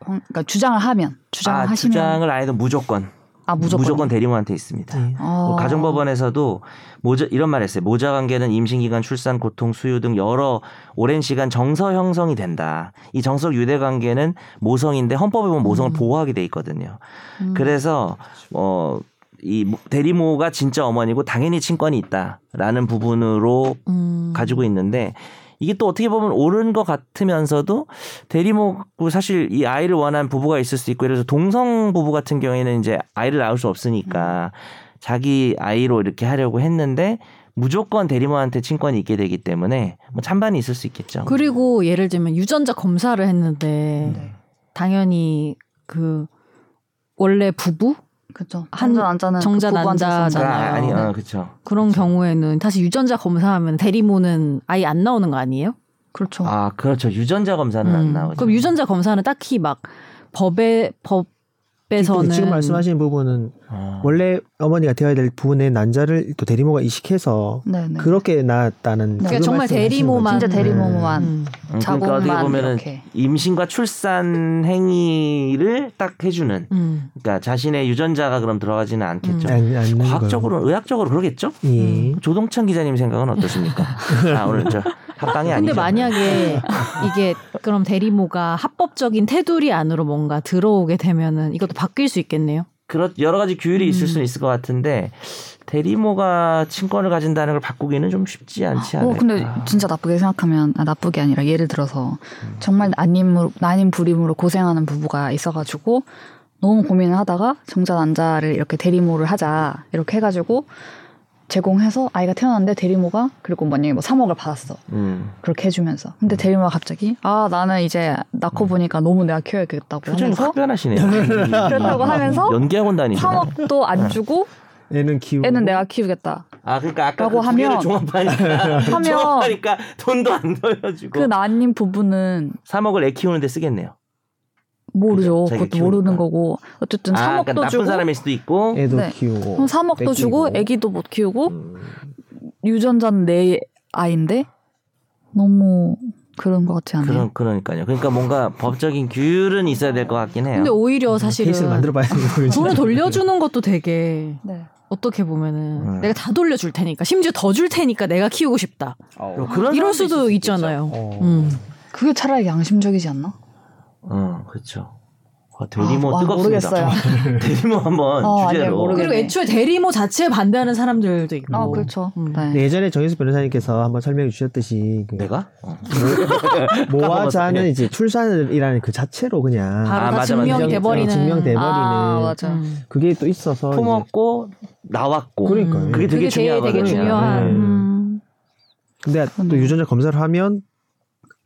황- 그러니까 주장을 하면 주장을
아
하시면
주장을 아예 무조건
아 무조건,
무조건 대리모한테 있습니다.
예.
어.
뭐 가정법원에서도 모자 이런 말했어요. 모자 관계는 임신기간, 출산, 고통, 수유 등 여러 오랜 시간 정서 형성이 된다. 이 정서 유대 관계는 모성인데 헌법에 보면 모성을 보호하게 돼 있거든요.
음.
그래서 어이 대리모가 진짜 어머니고 당연히 친권이 있다라는 부분으로
음.
가지고 있는데 이게 또 어떻게 보면 옳은 것 같으면서도 대리모고 사실 이 아이를 원한 부부가 있을 수 있고 그래서 동성 부부 같은 경우에는 이제 아이를 낳을 수 없으니까
음.
자기 아이로 이렇게 하려고 했는데 무조건 대리모한테 친권이 있게 되기 때문에 뭐 찬반이 있을 수 있겠죠. 네.
그리고 네. 예를 들면 유전자 검사를 했는데
음.
당연히 그 원래 부부
그죠.
한-
한자 난자는
정자,
부부 한자
난자
쓰잖아요.
아, 아니,
네.
어, 그렇죠.
그런 경우에는 다시 유전자 검사하면 대리모는 아예 안 나오는 거 아니에요?
그렇죠.
아, 그렇죠. 유전자 검사는
음.
안 나오죠.
그럼 유전자 검사는 딱히 막 법에 법에서는
지금 말씀하신 부분은
아.
원래 어머니가 되어야 될 부분의 난자를 또 대리모가 이식해서
네네.
그렇게 낳았다는
그러니까
그
정말
말씀을 하시는
대리모만-
거죠.
진짜 대리모만
음.
음,
자궁만
어떻게 보면은
이렇게.
임신과 출산 행위를 딱 해주는
음.
그러니까 자신의 유전자가 그럼 들어가지는 않겠죠.
음. 안- 안 낳는
과학적으로 음. 의학적으로 그러겠죠.
거예요. 예.
조동찬 기자님 생각은 어떠십니까? 아 오늘 저 합방이
근데
아니죠.
[laughs]
만약에 이게 그럼 대리모가 합법적인 테두리 안으로 뭔가 들어오게 되면은 이것도 바뀔 수 있겠네요.
그렇 여러 가지 규율이 있을
음.
수는 있을 것 같은데 대리모가 친권을 가진다는 걸 바꾸기는 좀 쉽지 않지 아. 않을까.
어, 근데 진짜 나쁘게 생각하면 아, 나쁘게 아니라 예를 들어서 정말 난임으로 난임 불임으로 고생하는 부부가 있어가지고 너무 고민을 하다가 정자 난자를 이렇게 대리모를 하자 이렇게 해가지고 제공해서 아이가 태어났는데 대리모가 그리고 만약에 뭐 3억을 받았어
음.
그렇게 해주면서 근데 대리모가 갑자기 아 나는 이제 낳고 보니까 너무 내가 키워야겠다고
음. 표정이
하면서
확 변하시네요. 음.
그렇다고 하면서
연기학원 다니시네.
3억도 안 주고
애는 키우고
애는 내가 키우겠다
아 그러니까 아까
라고
그두 개를
하면-
종합하니까
하면-
종합하니까 돈도 안 돌려주고
그 난임 부부는
3억을 애 키우는 데 쓰겠네요.
모르죠.
그죠. 자기가
그것도 모르는
키우니까.
거고 어쨌든
아,
3억도
그러니까 나쁜 뭐
주고
사람일 수도 있고
애도
네.
키우고
그럼 3억도 주고
뺏기고.
아기도 못 키우고
음.
유전자는 내 아인데 너무 그런 것 같지 않아요?
그런 그러니까요. 그러니까 뭔가 법적인 규율은 있어야 될 것 같긴 해요.
근데 오히려 사실은
음, 케이스를 만들어 봐야 되는 거죠.
돈을 돌려주는 것도 되게
네.
어떻게 보면은
네.
음.
내가 다 돌려줄 테니까 심지어 더 줄 테니까 내가 키우고 싶다
어.
그런
이럴
사람도
수도
있을 수
있잖아요.
어.
음.
그게 차라리 양심적이지 않나?
있죠. 어, 그렇죠. 아, 대리모
아, 아,
뜨겁습니다. [laughs] 대리모 한번
어, 아니에요.
주제로.
모르겠-
그리고
그러네.
애초에 대리모 자체에 반대하는 사람들도 있고.
뭐.
아 그렇죠.
음.
네.
네, 예전에 정혜수 변호사님께서 한번 설명해 주셨듯이 그
내가? 어.
[laughs] 모아자는
까먹었어요. 네.
이제 출산이라는 그 자체로 그냥
바로
아,
다
맞아,
증명이
맞아.
돼버리는.
증명돼버리는
아 맞아. 요
음.
그게 또 있어서 이제
품었고 나왔고.
그러니까요.
그게 네. 되게
되게, 음. 되게
중요하거든요.
중요한.
네.
음.
근데 또
그러네.
유전자 검사를 하면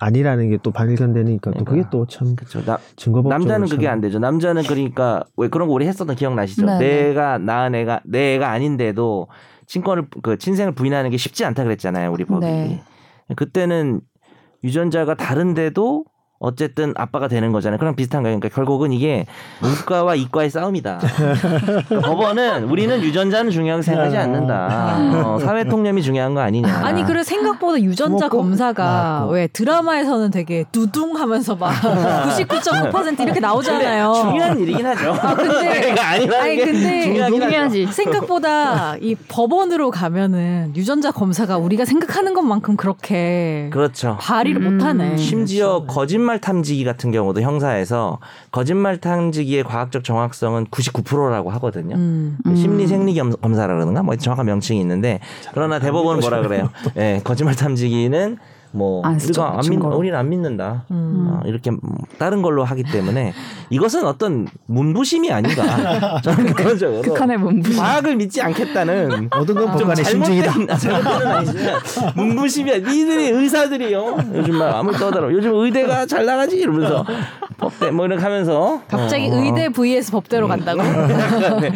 아니라는 게 또 발견되니까
네,
또 그게
그러니까.
또 참
그렇죠. 나,
증거법적으로
남자는 그게
참-
안 되죠. 남자는 그러니까 왜 그런 거 우리 했었던 기억나시죠?
네, 네.
내가 낳은 애가 내 애가 아닌데도 친권을 그 친생을 부인하는 게 쉽지 않다 그랬잖아요. 우리 법이.
네.
그때는 유전자가 다른데도 어쨌든 아빠가 되는 거잖아요. 그럼 비슷한 거예요. 그러니까 결국은 이게 문과와 이과의 싸움이다. 그러니까 법원은 우리는 유전자는 중요하게 생각하지
아.
않는다. 어, 사회 통념이 중요한 거 아니냐.
아니 그래 생각보다 유전자
뭐 꼭
검사가
나왔고.
왜 드라마에서는 되게 두둥하면서 막
[laughs]
99.9% 이렇게 나오잖아요.
중요한 일이긴 하죠.
아,
[laughs]
근데-
이거 아니라는
아니,
게
근데
중요하긴 하죠.
중요하지.
생각보다 이 법원으로 가면은 유전자 검사가 우리가 생각하는 것만큼 그렇게
그렇죠.
발휘를
음.
못하네.
그렇죠.
심지어 거짓말 탐지기 같은 경우도 형사에서 거짓말 탐지기의 과학적 정확성은 99%라고 하거든요. 그
음.
음.
심리 생리 겸- 검사라든가 뭐 정확한 명칭이 있는데 그러나 대법원은 뭐라 그래요? 예, 거짓말 탐지기는 뭐
안 쓰죠,
우리가 안 믿,
증거로.
우리는 안 믿는다.
음.
어, 이렇게 음, 다른 걸로 하기 때문에 이것은 어떤 문부심이
[laughs]
아닌가. 저는 그런
극한의 문부.
과학을 믿지 않겠다는
네, 모든 건 법관의 심증이다.
잘못된,
[laughs]
아, 잘못된 아니지만 문부심이야. 니들이 의사들이요. 요즘 막 아무 떠들어. 요즘 의대가 잘 나가지 이러면서 법대 뭐 이렇게 하면서
갑자기
어, 음. 어, 어.
의대 vs
[laughs]
법대로 간다고?
네.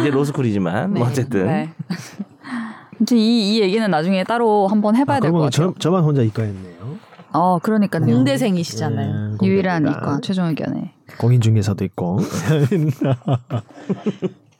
이제 로스쿨이지만 뭐 어쨌든
네. [laughs] 아무튼 이, 이 얘기는 나중에 따로 한번 해봐야 될 것
그러면
같아요.
저, 저만 혼자 이과였네요.
어, 그러니까요.
음.
공대생이시잖아요.
네,
유일한
공부합니다.
이과 최종 의견에.
공인 중에서도 있고.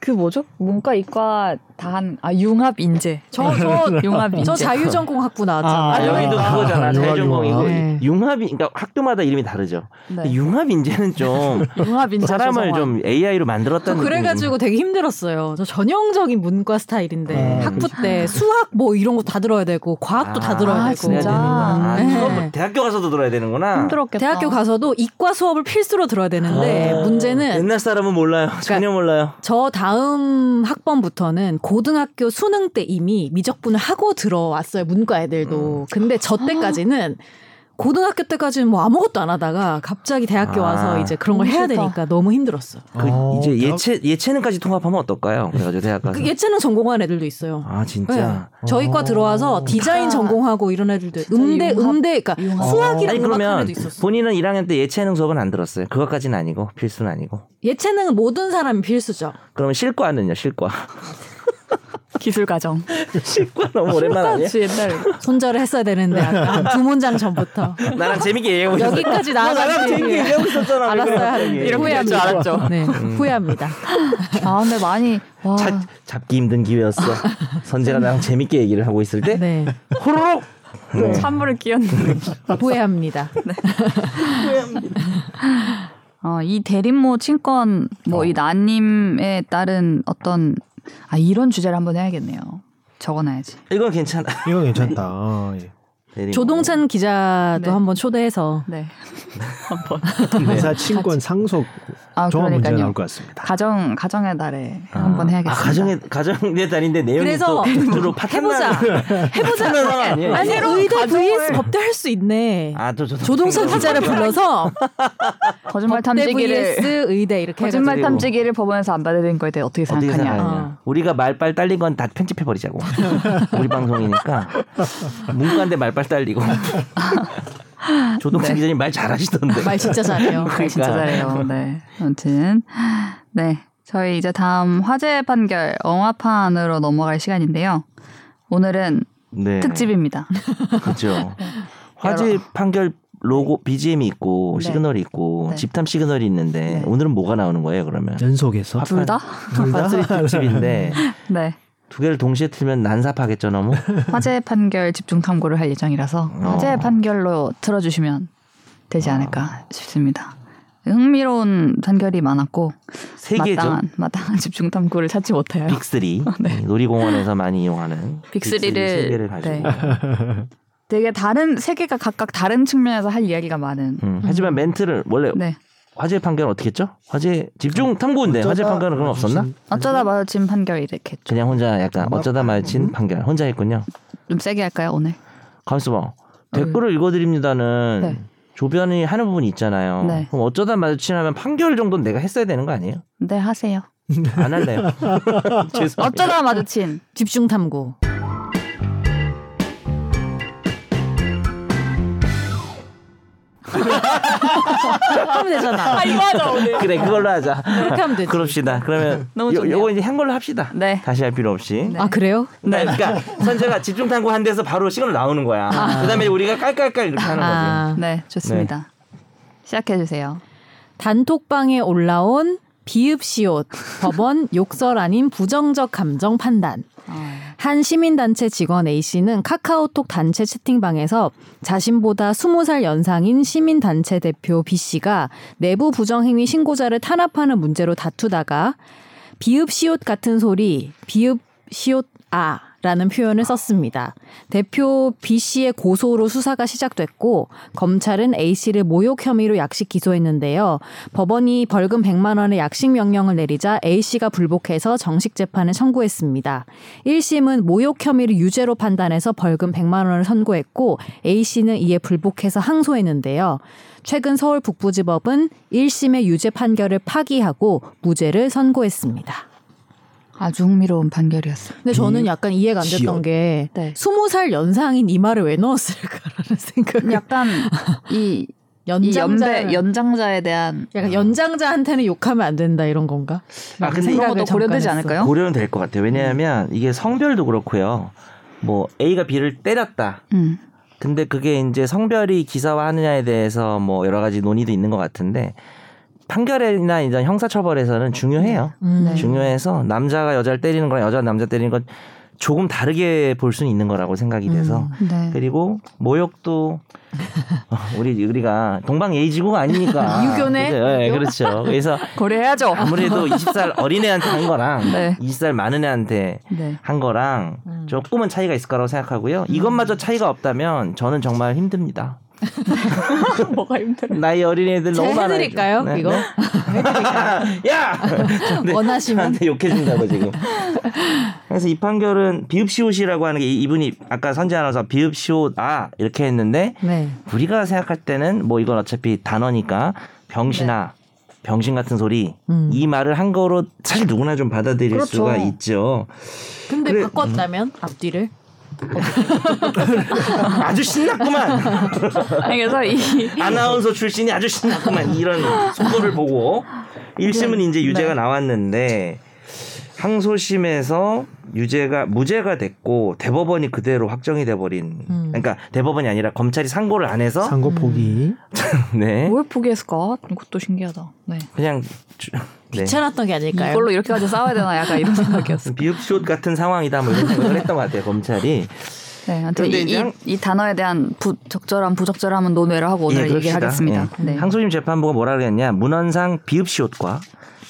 그 뭐죠? 문과 이과 다 한 아 융합 인재.
저, 저,
[laughs] 융합 인재.
저 자유전공학부 나왔잖아요.
아, 여기도
아,
그거잖아.
융합,
자유전공이고
융합. 네.
융합이 그러니까 학교마다 이름이 다르죠. 근데 융합 인재는
[laughs]
좀
융합 인재
사람을
조성환.
좀 AI로
저
만들었다는
그래가지고 되게 힘들었어요. 저 전형적인 문과 스타일인데
음.
아,
학부 때 수학 뭐 이런 거 다 들어야 되고 과학도 다 들어야
아,
되고
진짜?
아,
네.
수업을 대학교 가서도 들어야 되는구나.
힘들었겠다.
대학교 가서도 이과 수업을 필수로 들어야 되는데
아,
문제는
옛날 사람은 몰라요. 전혀 몰라요.
저 다음 학번부터는 고등학교 수능 때 이미 미적분을 하고 들어왔어요 문과
음.
애들도. 근데 저 때까지는 고등학교 때까지는 뭐 아무것도 안 하다가 갑자기 대학교
아.
와서 이제 그런 걸 해야
힘들다.
되니까 너무 힘들었어.
그
어,
이제
대학-
예체 예체능까지 통합하면 어떨까요? 그래가지고 대학 가서
그 예체능 전공한 애들도 있어요.
아 진짜
네. 저희 과
어.
들어와서 디자인
다
전공하고 이런 애들도 음대
융합-
음대 그러니까
융합.
수학이랑
아니
음악 하는
그러면
애도 있었어.
본인은 1학년 때 예체능 수업은 안 들었어요. 그것까지는 아니고 필수는 아니고.
예체능은 모든 사람이 필수죠.
그러면 실과는요? 실과
기술 과정.
[laughs] 실과 너무 오랜만 아니야?
똑같이 옛날.
손절을 했어야 되는데 아까 한두 문장 전부터
나랑 재밌게 얘기하고 있었어.
여기까지
아, 나랑
나가지.
재밌게 얘기하고 있었잖아. 왜
알았어요.
그래,
하는데.
갑자기.
후회합니다. 네,
음.
후회합니다.
아 근데 많이 와.
찾- 잡기 힘든 기회였어. 선재가 나랑 재밌게 얘기를 하고 있을 때
네,
호로록 네.
찬물을 끼얹는.
후회합니다.
아, 네. 어, 이 대림모 친권
어.
뭐 이 나님에 따른 어떤 아 이런 주제를 한번 해야겠네요. 적어놔야지.
이건 괜찮아.
이건 괜찮다. 아, 예.
조동찬 기자도
네.
한번 초대해서
네.
회사 친권 상속
아
종합 문제
그러니까요.
나올 것 같습니다.
가정 가정의 달에 한번
아,
해야겠습니다.
가정의 가정의 달인데 내용이
그래서
또 주로 파탄나
해보자. 해보자.
파탄나 상황
네.
아니에요?
아니 의대 vs 법대 할 수 있네.
아또
조동찬 기자를
[laughs]
불러서
거짓말
법대
탐지기를
vs 의대 이렇게
거짓말
해가지고.
탐지기를 법원에서 안 받아들인 거에 대해 어떻게
네. 어떻게
생각하냐.
생각하냐. 우리가 말빨 딸린 건 다
[laughs]
편집해 버리자고. 우리 방송이니까 문과인데 말빨
[laughs]
딸리고. 조동찬 기자님 말 잘하시던데. 그러니까.
말 진짜 잘해요.
네. [laughs] 말 진짜 잘해요. 네. 아무튼 네 저희 이제 다음 화재 판결 영화판으로 넘어갈 시간인데요. 오늘은
네.
특집입니다. [laughs]
그렇죠. 화재 판결 로고 BGM이 있고
네.
시그널이 있고
네.
집탐 시그널이 있는데
네.
오늘은 뭐가 나오는 거예요 그러면? 아,
연속에서
둘 [laughs] 다?
화재 특집인데
[laughs] 네.
두 개를 동시에 틀면 난삽하겠죠 너무.
화재 판결 집중 탐구를 할 예정이라서
어.
화재 판결로 틀어주시면 되지
아.
않을까 싶습니다. 흥미로운 판결이 많았고 [laughs]
세 개죠.
마땅한 마땅한 집중 탐구를 찾지 못해요.
빅스리 놀이공원에서 많이 이용하는
네. 빅스리를-
빅스리 세 개를 가지고.
네. 되게 다른 세 개가 각각 다른 측면에서 할 이야기가 많은.
음, 하지만 멘트를 원래
네.
화재 판결은 어떻게 했죠? 화재 집중
아,
탐구인데 화재 판결은 그럼 없었나?
어쩌다 마주친 판결 이렇게
그냥 혼자 약간 어쩌다
음.
말친 판결 혼자 했군요.
좀 세게 할까요 오늘?
가만있어 봐. 댓글을 읽어드립니다는
네.
조변이 하는 부분이 있잖아요.
네.
그럼 어쩌다 마주치면 판결 정도는 내가 했어야 되는 거 아니에요?
네 하세요. [laughs]
안 할래요. 죄송합니다.
어쩌다 마주친
집중 탐구. 하면 되잖아.
아 이거 하자 오늘.
[laughs] 그래 그걸로 하자.
그렇게 하면 되지.
그럽시다. 그러면
너무
요,
좋네요.
요거 이제 한 걸로 합시다.
네.
다시 할 필요 없이.
네.
아 그래요?
네, 그러니까 선재가 집중 탐구 한 데서 바로 시간으로 나오는 거야. 그다음에 우리가 깔깔깔 이렇게 하는 거지.
아,
네 좋습니다. 시작해 주세요.
단톡방에 올라온 비읍시옷 법원 욕설 아닌 부정적 감정 판단.
어.
한 시민단체 직원 A씨는 카카오톡 단체 채팅방에서 자신보다 20살 연상인 시민단체 대표 B씨가 내부 부정행위 신고자를 탄압하는 문제로 다투다가 비읍시옷 같은 소리, 비읍시옷 아, 라는 표현을 썼습니다. 대표 B씨의 고소로 수사가 시작됐고, 검찰은 A씨를 모욕 혐의로 약식 기소했는데요. 법원이 벌금 100만 원의 약식 명령을 내리자 A씨가 불복해서 정식 재판을 청구했습니다. 1심은 모욕 혐의를 유죄로 판단해서 벌금 100만 원을 선고했고, A씨는 이에 불복해서 항소했는데요. 최근 서울 북부지법은 1심의 유죄 판결을 파기하고 무죄를 선고했습니다.
아주 흥미로운 판결이었어요.
근데
음.
저는 약간 이해가 안 됐던
지연.
게
네.
20살 연상인 이 말을 왜 넣었을까라는 [laughs] 생각을
약간 이, 이
연장자
연배 연장자에 대한
약간 연장자한테는 욕하면 안 된다 이런 건가?
아,
그
근데
생각을
생각도
잠깐
고려되지
했어.
않을까요?
고려는 될 것 같아요.
음.
왜냐하면 이게 성별도 그렇고요. 뭐 A가 B를 때렸다.
음.
근데 그게 이제 성별이 기사화하느냐에 대해서 뭐 여러 가지 논의도 있는 것 같은데 판결이나 이제 형사처벌에서는 중요해요.
음.
네.
중요해서 남자가 여자를 때리는 거랑 여자가 남자 때리는 건 조금 다르게 볼 수는 있는 거라고 생각이 돼서
음.
네.
그리고
[laughs]
모욕도 어, 우리 우리가 동방 예의지구가 아니니까
[laughs] 유교네?
그죠? 예, 그렇죠. 그래서
고려해야죠.
[laughs]
아무래도 20살 어린애한테 한 거랑
네.
20살 많은 애한테
네.
한 거랑
음.
조금은 차이가 있을 거라고 생각하고요. 이것마저 차이가 없다면 저는 정말 힘듭니다.
뭐가 힘들어?
나이 어린애들
음. 제가
너무 많아요.
해드릴까요?
네,
이거
네. [laughs]
[laughs]
야! 근데
원하시면
저한테 욕해준다고 지금. 그래서 이 판결은 비읍시옷이라고 하는 게 이- 이분이 아까 선재 아나운서 비읍시옷 아 이렇게 했는데
네.
우리가 생각할 때는 뭐 이건 어차피 단어니까 병신아
네.
병신 같은 소리
음.
이 말을 한 거로 사실 누구나 좀 받아들일
그렇죠.
수가 있죠.
근데
그래. 음.
바꿨다면 앞뒤를
아주 신났구만.
[laughs] 아니 그래서 이
아나운서 출신이 아주 신났구만 이런 속도를 보고
네.
1심은 이제 유죄가 나왔는데 항소심에서 유죄가 무죄가 됐고 대법원이 그대로 확정이 돼버린
음.
그러니까 대법원이 아니라 검찰이 상고를 안 해서
음.
상고 포기.
[laughs] 네
뭘 포기했을까? 이것도 신기하다. 네.
그냥 주- 네.
귀찮았던 게 아닐까요?
그러니까 이걸로 이렇게까지 싸워야 되나 약간 [laughs] 이런 생각이었어요.
비읍쇼 같은 상황이다 뭐 이런 생각을 했던 것 같아요 검찰이
네, 아무튼 이,
그런데 이제
이,
한-
이 단어에 대한 부, 적절함 부적절함은 논외로 하고
예,
[laughs] 오늘
그럽시다.
얘기하겠습니다.
예.
네.
항소심 재판부가 뭐라 그랬냐 문헌상 비읍시옷과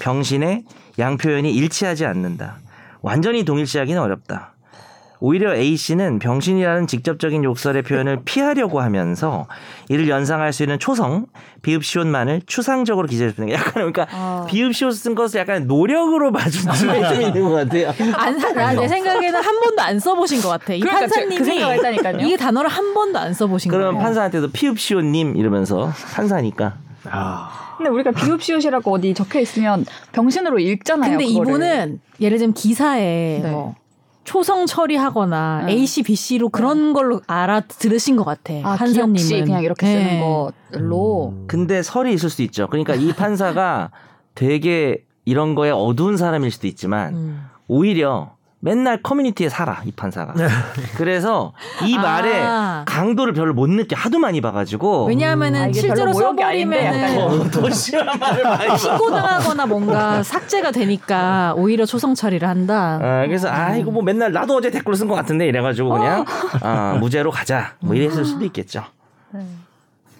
병신의 양표현이 일치하지 않는다 완전히 동일시하기는 어렵다 오히려 A씨는 병신이라는 직접적인
[laughs]
욕설의 표현을 피하려고 하면서 이를 연상할 수 있는 초성 비읍시옷만을 추상적으로 기재했습니다 약간 그러니까
어.
비읍시옷 쓴 것을 약간 노력으로
[laughs]
봐준 측면이 좀 있는 것 같아요
네.
안내 생각에는 한 번도 안 써보신 것 같아. 이
그러니까 제-
판사님이
그 생각을 했다니까요.
이 단어를 한 번도 안 써보신 거예요.
그럼 판사한테도 피읍시옷님 이러면서 판사니까
아,
근데 우리가 비읍시옷이라고 어디 적혀 있으면 병신으로 읽잖아요.
근데
그거를.
이분은 예를 들면 기사에
네.
뭐 초성 처리하거나
네.
A C B C로 그런 걸로 알아 들으신 것 같아.
아,
판사님은
기역시 그냥 이렇게 쓰는
네.
걸로
음.
근데 설이 있을 수도 있죠. 그러니까 이
[laughs]
판사가 되게 이런 거에 어두운 사람일 수도 있지만
음.
오히려 맨날 커뮤니티에 살아 이
[laughs]
판사가. 그래서 이
아.
말에 강도를 별로 못 느껴 하도 많이 봐가지고
왜냐하면은
아, 이게
실제로
별로 모욕이 아닌데
써버리면은
더, 더 심한 말을 많이 봐.
[laughs]
신고당하거나 뭔가 삭제가 되니까 오히려 초성 처리를 한다.
아, 그래서 아 이거 뭐 맨날 나도 어제 댓글 쓴 것 같은데 이래가지고
어.
그냥 아, 무죄로 가자 뭐 이랬을 수도 있겠죠.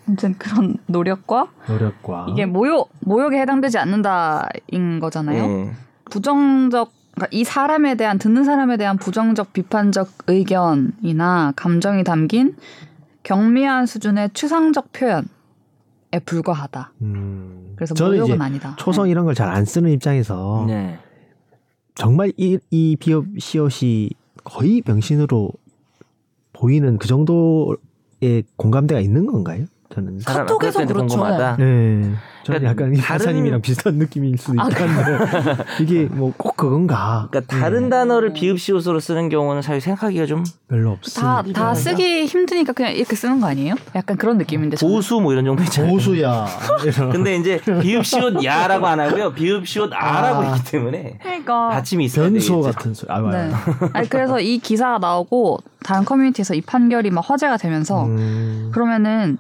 아무튼 그런 노력과
노력과.
이게 모욕 모욕에 해당되지 않는다인 거잖아요.
네.
예.
부정적 그러니까 이 사람에 대한 듣는 사람에 대한 부정적 비판적 의견이나 감정이 담긴 경미한 수준의 추상적 표현에 불과하다.
음.
그래서
저는 이제
모욕은 아니다.
초성 이런 걸 잘 안 쓰는 입장에서
네.
정말 이, 이 비업 시옷이 거의 병신으로 보이는 그 정도의 공감대가 있는 건가요? 저는.
사람
카톡에서
아까도
그렇죠.
궁금하다.
네. 저는
그러니까
약간
다른-
이
아,
박사님이랑 비슷한 느낌일 수도 있다는데 [laughs] 이게 뭐 꼭 그건가?
그러니까 다른
음,
단어를 비읍시옷으로 쓰는 경우는 사실 생각하기가 좀
별로 없어.
다, 다
네.
쓰기 힘드니까 그냥 이렇게 쓰는 거 아니에요? 약간 그런 느낌인데. 저는.
보수 뭐 이런 정도 있잖아요.
보수야. [laughs] 이런.
근데 이제 비읍시옷 야라고 안 하고요. 비읍시옷 아라고
아.
했기 때문에
그러니까.
받침이 있어야 되겠죠.
변소 같은 소리. 아,
네.
맞아요.
아니, 그래서 이 기사가 나오고 다른 커뮤니티에서 이 판결이 막 화제가 되면서
음.
그러면은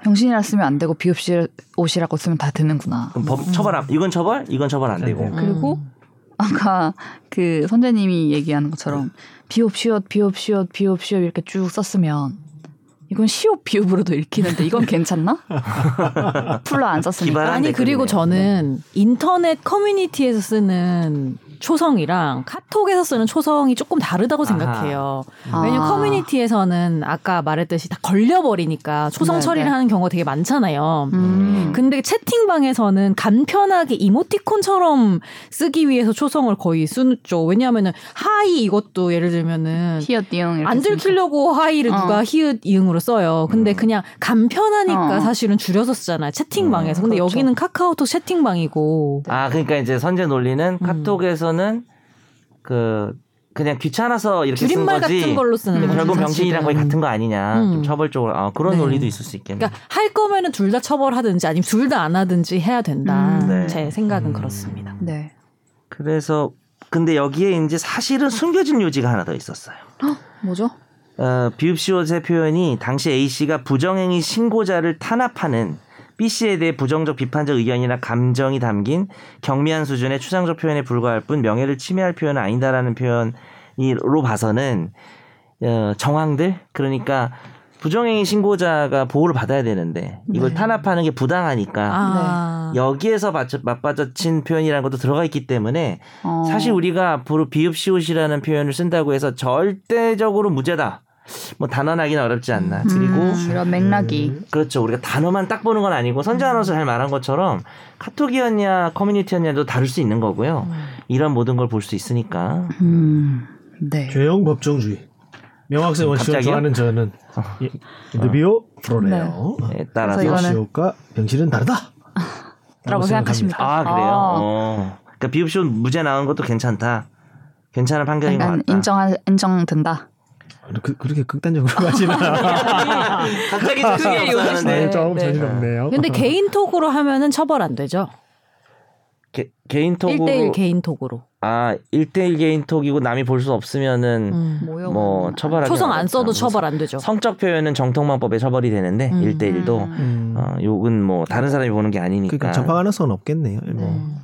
병신이라 쓰면 안 되고 비읍실 옷이라고 쓰면 다 되는구나.
그럼
음.
법 처벌 안, 이건 처벌, 이건 처벌 안
네.
아,
되고.
네.
그리고
음.
아까 그 선재님이 얘기하는
네.
것처럼 비읍 시옷 비읍 시옷 비읍 시옷 이렇게 쭉 썼으면 이건 시옷 비읍으로도 읽히는데 이건
[laughs]
괜찮나? 풀로 안 썼으니까.
기발한
아니
댓글이네요.
그리고 저는 인터넷 커뮤니티에서 쓰는 초성이랑 카톡에서 쓰는 초성이 조금 다르다고
아하.
생각해요.
아.
왜냐면 커뮤니티에서는 아까 말했듯이 다 걸려버리니까 초성
네,
처리를
네.
하는 경우가 되게 많잖아요.
음.
근데 채팅방에서는 간편하게 이모티콘처럼 쓰기 위해서 초성을 거의 쓰죠. 왜냐하면은 하이 이것도 예를 들면은
히읗 띠용 이렇게
음. 안
쓰니까.
들키려고 하이를
네, 어.
누가 히읗 이응으로 써요. 근데
음.
그냥 간편하니까
어.
사실은 줄여서 쓰잖아요. 채팅방에서. 근데
그렇죠.
여기는 카카오톡 채팅방이고.
아, 그러니까 이제 선제 논리는
음.
카톡에서는 그 그냥 귀찮아서 이렇게 쓴
줄임말
거지. 음,
같은 걸로 쓰는 거죠.
결국 병신이랑 거의
사실은.
같은 거 아니냐.
음.
좀 처벌적으로 아, 그런
네.
논리도 있을 수 있겠네.
그러니까 할 거면은 둘 다 처벌하든지 아니면 둘 다 안 하든지 해야 된다.
음.
네.
제 생각은
음.
그렇습니다.
네.
그래서 근데 여기에 이제 사실은 숨겨진 요지가 하나 더 있었어요.
뭐죠?
어, 비읍시옷의 표현이 당시 A 씨가 부정행위 신고자를 탄압하는 B 씨에 대해 부정적 비판적 의견이나 감정이 담긴 경미한 수준의 추상적 표현에 불과할 뿐 명예를 침해할 표현은 아니다라는 표현으로 봐서는 어, 정황들 그러니까 부정행위 신고자가 보호를 받아야 되는데 이걸
네.
탄압하는 게 부당하니까
아.
여기에서 맞춰- 맞받아친 표현이라는 것도 들어가 있기 때문에
어.
사실 우리가 앞으로 비읍시옷이라는 표현을 쓴다고 해서 절대적으로 무죄다. 뭐 단언하기는 어렵지 않나. 그리고
음, 이런 맥락이
그렇죠. 우리가 단어만 딱 보는 건 아니고 선재 아나운서 잘 말한 것처럼 카톡이었냐 커뮤니티였냐도 다를 수 있는 거고요. 이런 모든 걸 볼 수 있으니까.
음. 네.
죄형 법정주의. 명확성 원칙을
갑자기요? 어. [laughs]
좋아하는 저는 예, 인터뷰 프로네요.
에 따라서
그래서 이거는-
시옷과 병실은
[laughs]
다르다.
라고 생각하십니까?
아 그래요.
아.
어. 그러니까 비읍시옷 무죄 나온 것도 괜찮다. 괜찮은 판결인 것
약간
같다.
인정 인정된다.
그, 그렇게 극단적으로 [laughs] 가지는
네,
갑자기 자신이 없어하는데
조금 자신
네.
없네요.
근데 개인톡으로 하면은 처벌 안 되죠.
개인톡으로
1대1 개인톡으로.
아, 1대1 개인톡이고 남이 볼 수 없으면은
음.
모욕.
뭐 처벌하기
초성 안
어렵지
써도
않아서.
처벌 안 되죠.
성적 표현은 정통망법에 처벌이 되는데
음.
일 1대1도
음,
어, 욕은 뭐 다른 사람이 보는 게 아니니까.
그러니까 접할 가능성은 없겠네요. 뭐.
음.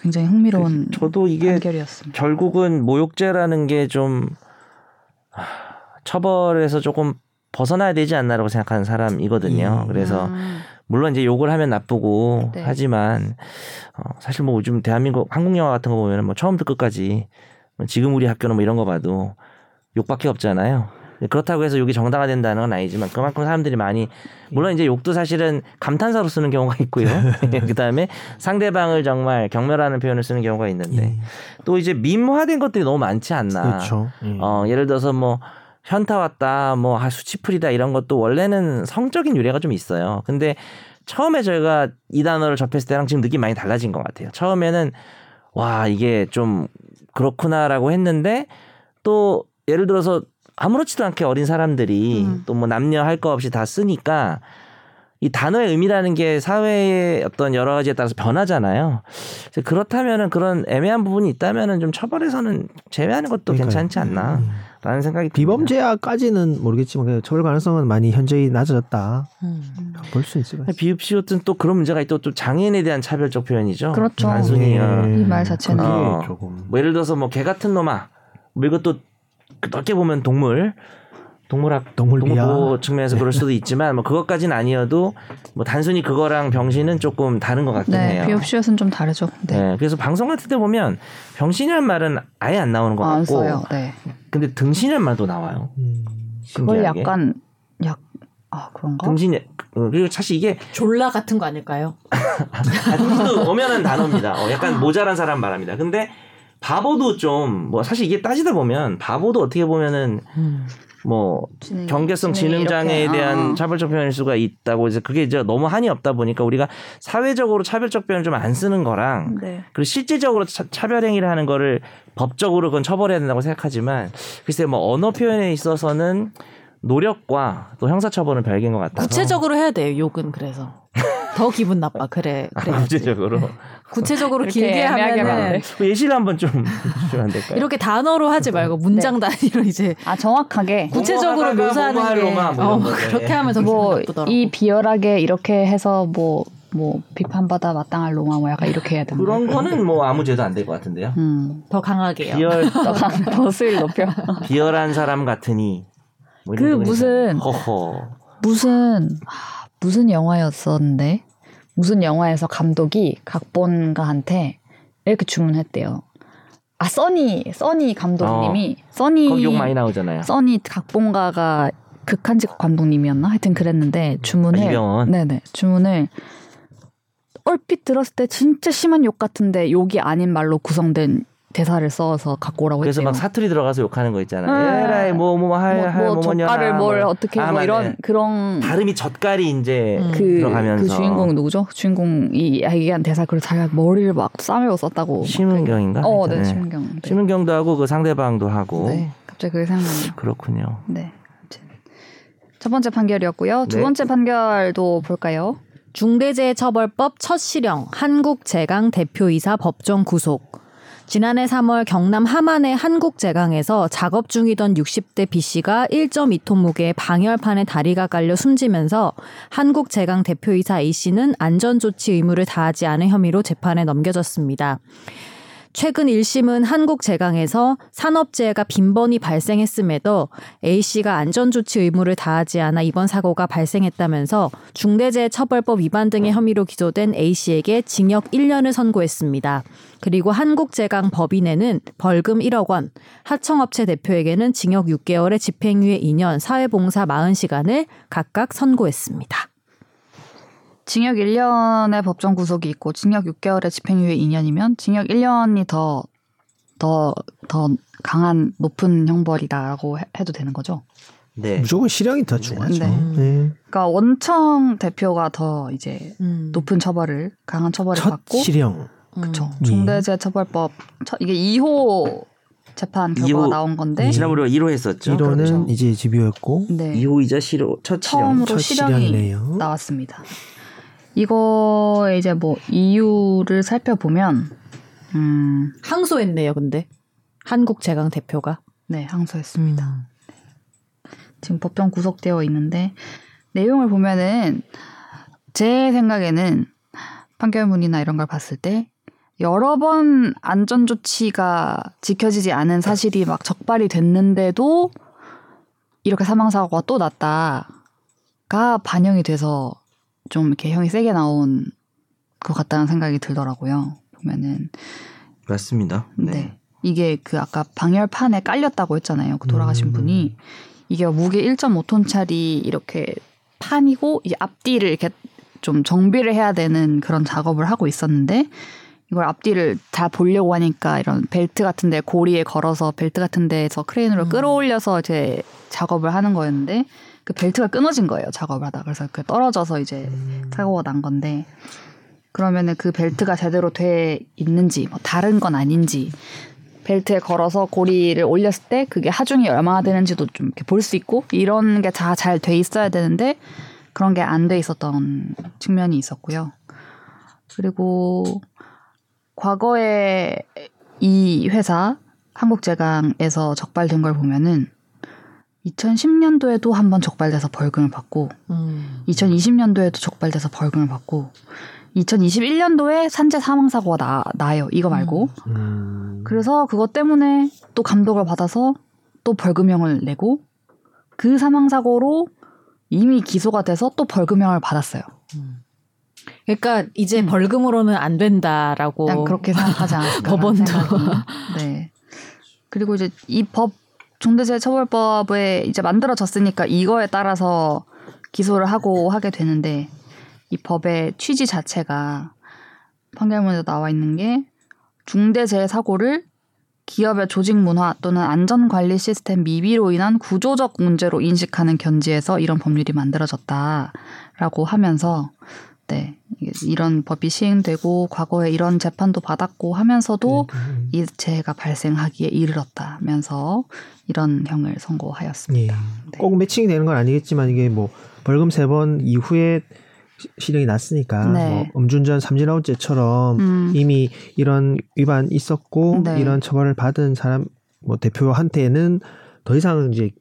굉장히 흥미로운
그 저도 이게
판결이었습니다.
결국은 모욕죄라는 게 좀 처벌에서 조금 벗어나야 되지 않나라고 생각하는 사람이거든요.
음.
그래서 물론 이제 욕을 하면 나쁘고
네.
하지만 어, 사실 뭐 요즘 대한민국 한국 영화 같은 거 보면은 뭐 처음부터 끝까지 뭐 지금 우리 학교는 뭐 이런 거 봐도 욕밖에 없잖아요. 근데 그렇다고 해서 욕이 정당화된다는 건 아니지만 그만큼 사람들이 많이 물론 이제 욕도 사실은 감탄사로 쓰는 경우가
[laughs]
있고요. [laughs] 그다음에 상대방을 정말 경멸하는 표현을 쓰는 경우가 있는데 또 이제 민화된 것들이 너무 많지 않나.
예. 그렇죠. 예.
어, 예를 들어서 뭐 현타 왔다, 뭐 아, 수치풀이다 이런 것도 원래는 성적인 유래가 좀 있어요. 근데 처음에 저희가 이 단어를 접했을 때랑 지금 느낌 많이 달라진 것 같아요. 처음에는 와 이게 좀 그렇구나라고 했는데 또 예를 들어서 아무렇지도 않게 어린 사람들이
음.
또 뭐 남녀 할 거 없이 다 쓰니까 이 단어의 의미라는 게 사회의 어떤 여러 가지에 따라서 변하잖아요. 그래서 그렇다면은 그런 애매한 부분이 있다면은 좀 처벌에서는 제외하는 것도
그러니까요.
괜찮지 않나라는
음.
생각이 듭니다.
비범죄야까지는 모르겠지만 그래도 처벌 가능성은 많이 현저히 낮아졌다.
음.
볼 수 있을 것 같아요.
비읍시옷은 또 그런 문제가 있고 또 장애인에 대한 차별적 표현이죠.
그렇죠.
단순히 어,
이말 자체는.
어.
예. 그게 조금
뭐 예를 들어서 뭐 개 같은 놈아 뭐 이것도 그 넓게 보면 동물 동물학
동물비야.
동물보호 측면에서 그럴 수도 있지만 뭐 그것까지는 아니어도 뭐 단순히 그거랑 병신은 조금 다른 것 같긴
네,
해요.
비옵시옷은 좀 다르죠. 네.
네, 그래서 방송 같은 데 보면 병신이란 말은 아예 안 나오는 것
아, 안
같고
써요. 네.
근데 등신이란 말도 나와요.
음.
그걸
신기하게.
약간 약 아, 그런가?
등신 어, 그리고 사실 이게
졸라 같은 거 아닐까요?
아, 등신도 엄연한 단어입니다. 어,
아.
약간 모자란 사람 말합니다.
음.
근데 바보도 좀 뭐 사실 이게 따지다 보면 바보도 어떻게 보면은 뭐
지능이-
경계성
지능이
지능 장애에
이렇게,
대한
아.
어.
차별적 표현일 수가 있다고 이제 그게 이제 너무 한이 없다 보니까 우리가 사회적으로 차별적 표현을 좀 안 쓰는
음.
거랑
네.
그리고 실질적으로 차, 차별 행위를 하는 거를 법적으로 그건 처벌해야 된다고 생각하지만 글쎄 뭐 언어 표현에 있어서는 노력과 또 형사 처벌은 별개인 것 같아서
구체적으로 해야 돼요. 욕은 그래서 더 기분 나빠.
[laughs]
그래
아,
그래.
구체적으로
구체적으로
이렇게
길게
애매하게
하면은
말하네.
예시를 한번 좀 [laughs] 주시면 안 될까요?
이렇게 단어로 하지
네.
말고 문장 단위로 [laughs] 이제
아 정확하게
구체적으로
뭐뭐 하다가 뭐뭐
묘사하는 게
하러가 뭐 이런
어,
거죠.
그렇게
예.
하면 더 기분
뭐
나쁘더라고.
이 비열하게 이렇게 해서 뭐 뭐 비판받아 마땅할 로마 뭐 약간 이렇게 해야 되나?
그런 거는 뭐 아무 죄도 안 될 것 같은데요.
음. [laughs]
더 강하게요.
비열
더 수위를 높여.
비열한 사람 같으니 뭐 이런
그
부분이
무슨-
있잖아요. 허허
무슨 아, 무슨 영화였었는데 무슨 영화에서 감독이 각본가한테 이렇게 주문했대요. 아 써니 써니 감독님이
어. 거기 욕 많이
써니
나오잖아요.
써니 각본가가 극한직 감독님이었나 하여튼 그랬는데
아,
주문을
이병헌.
네네 주문을 얼핏 들었을 때 진짜 심한 욕 같은데 욕이 아닌 말로 구성된 대사를 써서 갖고 오라고
그래서
했대요.
막 사투리 들어가서 욕하는 거
뭐 네.
있잖아요. 에라이
뭐,
뭐뭐할할뭐
뭐 족발을 뭘 어떻게
아,
뭐 이런 그런
발음이 젓갈이 이제
음.
그,
들어가면서.
그 주인공 누구죠? 주인공이 얘기한 대사 그걸 자기가 머리를 막 싸매고 썼다고.
심은경인가?
뭐 어, 네,
하여튼, 네.
심은경. 네.
심은경도 하고 그 상대방도 하고
네, 갑자기 그게 생각나네요.
그렇군요.
네. 아무튼. 첫 번째 판결이었고요. 두
네.
번째 판결도 볼까요?
중대재해처벌법 첫 실형 한국제강 대표이사 법정 구속. 지난해 3월 경남 함안의 한국제강에서 작업 중이던 60대 B 씨가 1.2톤 무게의 방열판에 다리가 깔려 숨지면서 한국제강 대표이사 A 씨는 안전조치 의무를 다하지 않은 혐의로 재판에 넘겨졌습니다. 최근 1심은 한국제강에서 산업재해가 빈번히 발생했음에도 A씨가 안전조치 의무를 다하지 않아 이번 사고가 발생했다면서 중대재해처벌법 위반 등의 혐의로 기소된 A씨에게 징역 1년을 선고했습니다. 그리고 한국제강 법인에는 벌금 1억 원, 하청업체 대표에게는 징역 6개월에 집행유예 2년, 사회봉사 40시간을 각각 선고했습니다.
징역 1년의 법정 구속이 있고 징역 6개월의 집행유예 2년이면 징역 1년이 더 더, 더 강한 높은 형벌이라고 해- 해도 되는 거죠.
네.
무조건 실형이 더 중요하죠.
네.
네.
그러니까 원청 대표가 더 이제
음.
높은 처벌을 강한 처벌을
첫
받고
실형.
그렇죠.
음.
예.
중대재해처벌법 첫- 이게 2호 재판 결과가
이호-
나온 건데
네.
지난번에 1호 했었죠.
1호는
그렇죠.
이제 집요했고
네,
2호이자 실호 첫 실형.
처음으로
첫
실형이
실형이네요.
나왔습니다. 이거의 이제 뭐 이유를 살펴보면 음,
항소했네요, 근데. 한국제강 대표가.
네,
음.
항소했습니다. 지금 법정 구속되어 있는데 내용을 보면은 제 생각에는 판결문이나 이런 걸 봤을 때 여러 번 안전 조치가 지켜지지 않은 사실이 막 적발이 됐는데도 이렇게 사망 사고가 또 났다가 반영이 돼서 좀 이렇게 형이 세게 나온 것 같다는 생각이 들더라고요. 보면은
맞습니다.
네. 이게 그 아까 방열판에 깔렸다고 했잖아요. 그 돌아가신
음.
분이 이게 무게 1.5톤짜리 이렇게 판이고 이제 앞뒤를 이렇게 좀 정비를 해야 되는 그런 작업을 하고 있었는데 이걸 앞뒤를 다 보려고 하니까 이런 벨트 같은데 고리에 걸어서 벨트 같은데서 크레인으로
음.
끌어올려서 이제 작업을 하는 거였는데 그 벨트가 끊어진 거예요. 작업을 하다 그래서 그 떨어져서 이제 사고가 난 건데 그러면은 그 벨트가 제대로 돼 있는지 뭐 다른 건 아닌지 벨트에 걸어서 고리를 올렸을 때 그게 하중이 얼마나 되는지도 좀 이렇게 볼 수 있고 이런 게 다 잘 돼 있어야 되는데 그런 게 안 돼 있었던 측면이 있었고요. 그리고 과거에 이 회사 한국제강에서 적발된 걸 보면은 2010년도에도 한 번 적발돼서 벌금을 받고
음.
2020년도에도 적발돼서 벌금을 받고 2021년도에 산재 사망 사고가 나, 나요. 이거 말고.
음.
그래서 그것 때문에 또 감독을 받아서 또 벌금형을 내고 그 사망 사고로 이미 기소가 돼서 또 벌금형을 받았어요.
음. 그러니까 이제 벌금으로는 안 된다라고.
난 그렇게 생각하지 않았을까.
법원도.
네. 그리고 이제 이 법 중대재해처벌법에 이제 만들어졌으니까 이거에 따라서 기소를 하고 하게 되는데 이 법의 취지 자체가 판결문에도 나와 있는 게 중대재해 사고를 기업의 조직 문화 또는 안전관리 시스템 미비로 인한 구조적 문제로 인식하는 견지에서 이런 법률이 만들어졌다라고 하면서 네 이게 이런 법이 시행되고 과거에 이런 재판도 받았고 하면서도
네.
이 죄가 발생하기에 이르렀다면서 이런 형을
예.
선고하였습니다. 네.
꼭 매칭이 되는 건 아니겠지만 이게 뭐 벌금 세 번 이후에 시- 실형이 났으니까
네.
뭐 음주운전 삼진아웃죄처럼
음,
이미 이런 위반 있었고
네.
이런 처벌을 받은 사람 뭐 대표한테는 더 이상 이제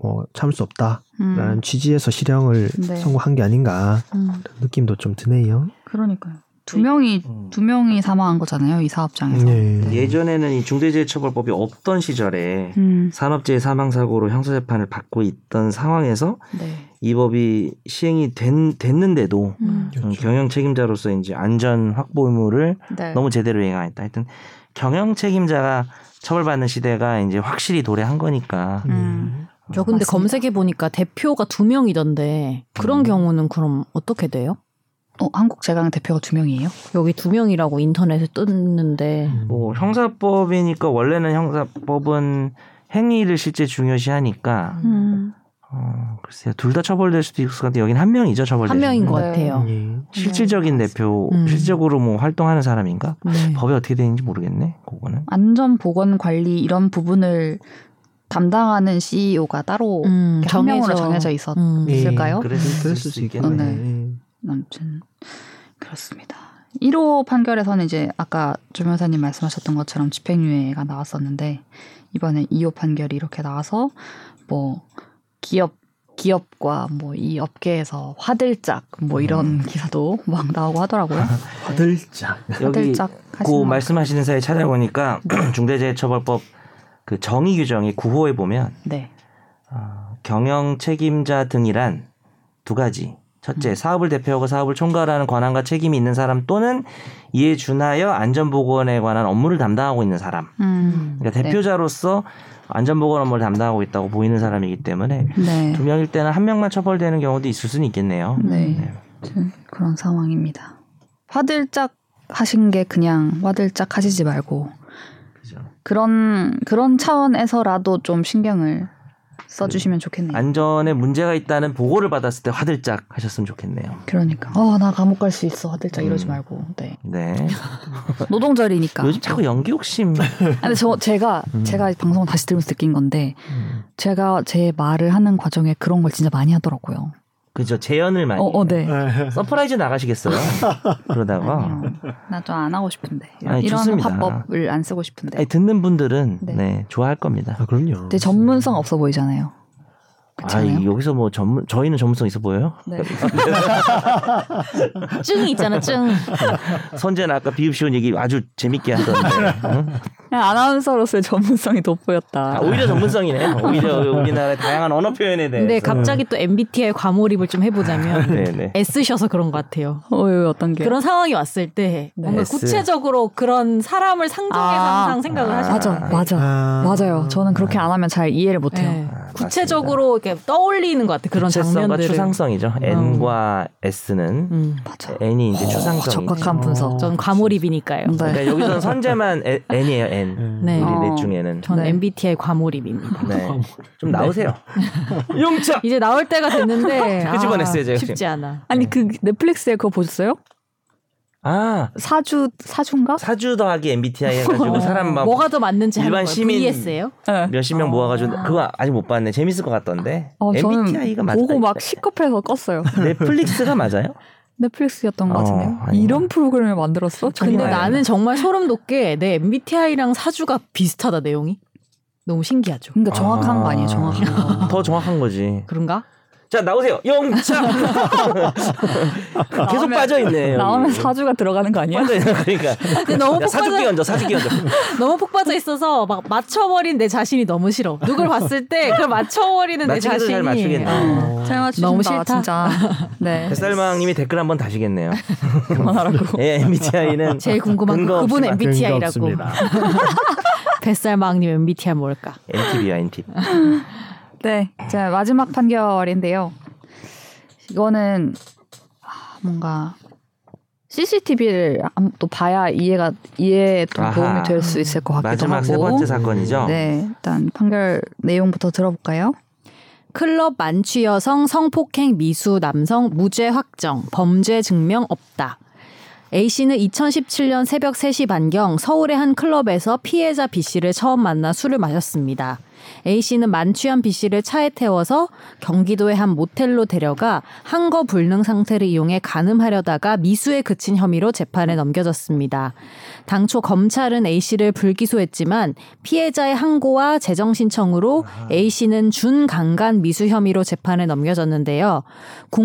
뭐 참을 수 없다라는
음,
취지에서 실형을
네.
선고한 게 아닌가
음.
그런 느낌도 좀 드네요.
그러니까요. 두 명이 두 명이 사망한 거잖아요 이 사업장에서.
네.
음. 예전에는 이 중대재해처벌법이 없던 시절에
음,
산업재해 사망 사고로 형사 재판을 받고 있던 상황에서
네.
이 법이 시행이 된, 됐는데도
음.
음,
그렇죠.
경영 책임자로서 이제 안전 확보 의무를
네.
너무 제대로 이행 안 했다. 하여튼 경영 책임자가 처벌받는 시대가 이제 확실히 도래한 거니까.
음.
저 근데
맞습니다.
검색해 보니까 대표가 두 명이던데 그런
음.
경우는 그럼 어떻게 돼요?
어, 한국 제강 대표가 두 명이에요?
여기 두 명이라고 인터넷에 떴는데
음.
뭐 형사법이니까 원래는 형사법은 행위를 실제
음.
중요시하니까
음.
어, 글쎄요 둘 다 처벌될 수도 있을 것 같은데 여긴 한 명이죠 처벌될
한 명인 것
네.
같아요.
예.
실질적인 대표
음.
실질적으로 뭐 활동하는 사람인가
네.
법이 어떻게 되는지 모르겠네 그거는
안전 보건 관리 이런 부분을 담당하는 CEO가 따로
음,
이렇게 한 명으로 정해져 있었.
음.
예.
있을까요?
그랬을
그랬을 수
수
있겠네.
있겠네.
예.
아무튼 그렇습니다. 1호 판결에서는 이제 아까 조 변호사님 말씀하셨던 것처럼 집행유예가 나왔었는데 이번에 2호 판결이 이렇게 나와서 뭐 기업 기업과 뭐 이 업계에서 화들짝 뭐
음.
이런 기사도 막 나오고 하더라고요.
네. 화들짝.
[laughs] 여기
화들짝
그
하시는
말씀하시는 사이 찾아보니까 중대재해처벌법 그 정의 규정의 9호에 보면
네.
어, 경영 책임자 등이란 두 가지. 첫째, 사업을 대표하고 사업을 총괄하는 권한과 책임이 있는 사람 또는 이에 준하여 안전보건에 관한 업무를 담당하고 있는 사람.
음.
그러니까 대표자로서 안전보건 업무를 담당하고 있다고 보이는 사람이기 때문에
네.
두 명일 때는 한 명만 처벌되는 경우도 있을 수는 있겠네요.
네.
네.
아무튼 그런 상황입니다. 화들짝 하신 게 그냥 화들짝 하시지 말고
그죠.
그런 그런 차원에서라도 좀 신경을 써주시면
음.
좋겠네요.
안전에 문제가 있다는 보고를 받았을 때 화들짝 하셨으면 좋겠네요.
그러니까 어 나 감옥 갈 수 있어 화들짝 이러지
음.
말고 네
네.
노동절이니까.
요즘 자꾸 연기 욕심.
아, 근데 저 제가
음.
제가 방송 을 다시 들으면서 느낀 건데
음.
제가 제 말을 하는 과정에 그런 걸 진짜 많이 하더라고요.
[laughs] 그죠. 재연을 많이.
어, 어, 네.
아,
서프라이즈 나가시겠어요?
아,
그러다가.
네. 나 좀 안 하고 싶은데
아. 아니,
이런
좋습니다.
화법을 안 쓰고 싶은데.
아니, 듣는 분들은
네.
네. 좋아할 겁니다.
아 그럼요.
근데 전문성 없어 보이잖아요. 그렇지
아,
않아요?
여기서 뭐 전문 저희는 전문성 있어 보여요? [laughs]
네.
증이
[laughs]
있잖아, 증.
네. 선재는 아까 비읍시온 얘기 아주 재밌게 하던데 응?
아나운서로서의 전문성이 돋보였다.
아, 오히려 전문성이네. 오히려 우리나라의 다양한 언어 표현에 대해서.
근데 갑자기 또 MBTI 과몰입을 좀 해보자면
네네. 네.
[laughs] 애쓰셔서 그런 것 같아요.
어유 어떤 게?
그런 상황이 왔을 때 뭔가
S.
구체적으로 그런 사람을 상정해서
아.
항상 생각을
네. 아.
하시죠.
맞아, 맞아,
아.
맞아요. 저는 그렇게 안 하면 잘 이해를 못해요.
네.
아,
구체적으로 이렇게 떠올리는 것 같아 그런
구체성과
장면들을.
추상성이죠. N과 S는
음.
맞아.
어, N이 이제 추상성이죠.
어, 적확한
어, 네.
분석.
그렇죠.
전 과몰입이니까요.
네.
그러니까 여기서는 선재만 에- N이에요. N.
예.
네.
우리
어.
넷 중에는.
전
네. 어,
MBTI 과몰입입니다.
네. 좀 나오세요. 네. [laughs] 용차.
이제 나올 때가
[laughs]
됐는데 아,
그 끄집어냈어요, 제가
쉽지 않아.
아니 그 넷플릭스에 그거 보셨어요?
아
사주 사주인가?
사주 더하기 MBTI
어,
해가지고 사람 막
어, 뭐가 더 맞는지 하는
일반
거예요.
시민-
VS예요?
네.
몇십 명 모아가지고 그거 아직 못 봤네. 재밌을 것 같던데.
어,
MBTI가
저는
맞아요.
보고 막 시급해서 [laughs] 껐어요.
넷플릭스가 맞아요?
넷플릭스였던 것
어,
같은데요.
아니요.
이런 프로그램을 만들었어?
근데
정말.
나는 정말 소름 돋게 내 MBTI랑 사주가 비슷하다 내용이 너무 신기하죠.
그러니까 정확한
아.
거 아니에요? 정확한 거.
더 정확한 거지.
그런가?
자 나오세요.
[laughs]
영차. 계속 빠져 있네.
나오면 사주가 들어가는 거 아니야?
그러니까.
근데 너무
야,
폭
사주기
빠져
얹어 사주기 얹어.
너무 폭 빠져 있어서 막 맞춰버린 내 자신이 너무 싫어. 누굴 봤을 때 그걸 맞춰버리는 내
맞추기도
자신이
잘 맞추겠네.
어.
잘 맞추신다.
너무 싫다.
진짜.
[laughs]
네.
뱃살망님이 댓글 한번 다시겠네요.
[laughs] 그만하라고.
[laughs] 예,
[laughs]
MBTI는
제일 궁금한
근거
건
[laughs]
그분
없지만
근거
MBTI라고.
없습니다.
[laughs] 뱃살망님 MBTI 뭘까?
NTV야 NTV.
아, 네, 자 마지막 판결인데요. 이거는 아, 뭔가 CCTV를 또 봐야 이해가 이해에 또
아하.
도움이 될 수 있을 것 같기도
마지막
하고.
세 번째 사건이죠. 어.
네, 일단 판결 내용부터 들어볼까요?
클럽 만취 여성 성폭행 미수 남성 무죄 확정 범죄 증명 없다. A 씨는 2017년 새벽 3시 반경 서울의 한 클럽에서 피해자 B 씨를 처음 만나 술을 마셨습니다. A 씨는 만취한 B 씨를 차에 태워서 경기도의 한 모텔로 데려가 항거 불능 상태를 이용해 간음하려다가 미수에 그친 혐의로 재판에 넘겨졌습니다. 당초 검찰은 A 씨를 불기소했지만 피해자의 항고와 재정 신청으로 A 씨는 준강간 미수 혐의로 재판에 넘겨졌는데요.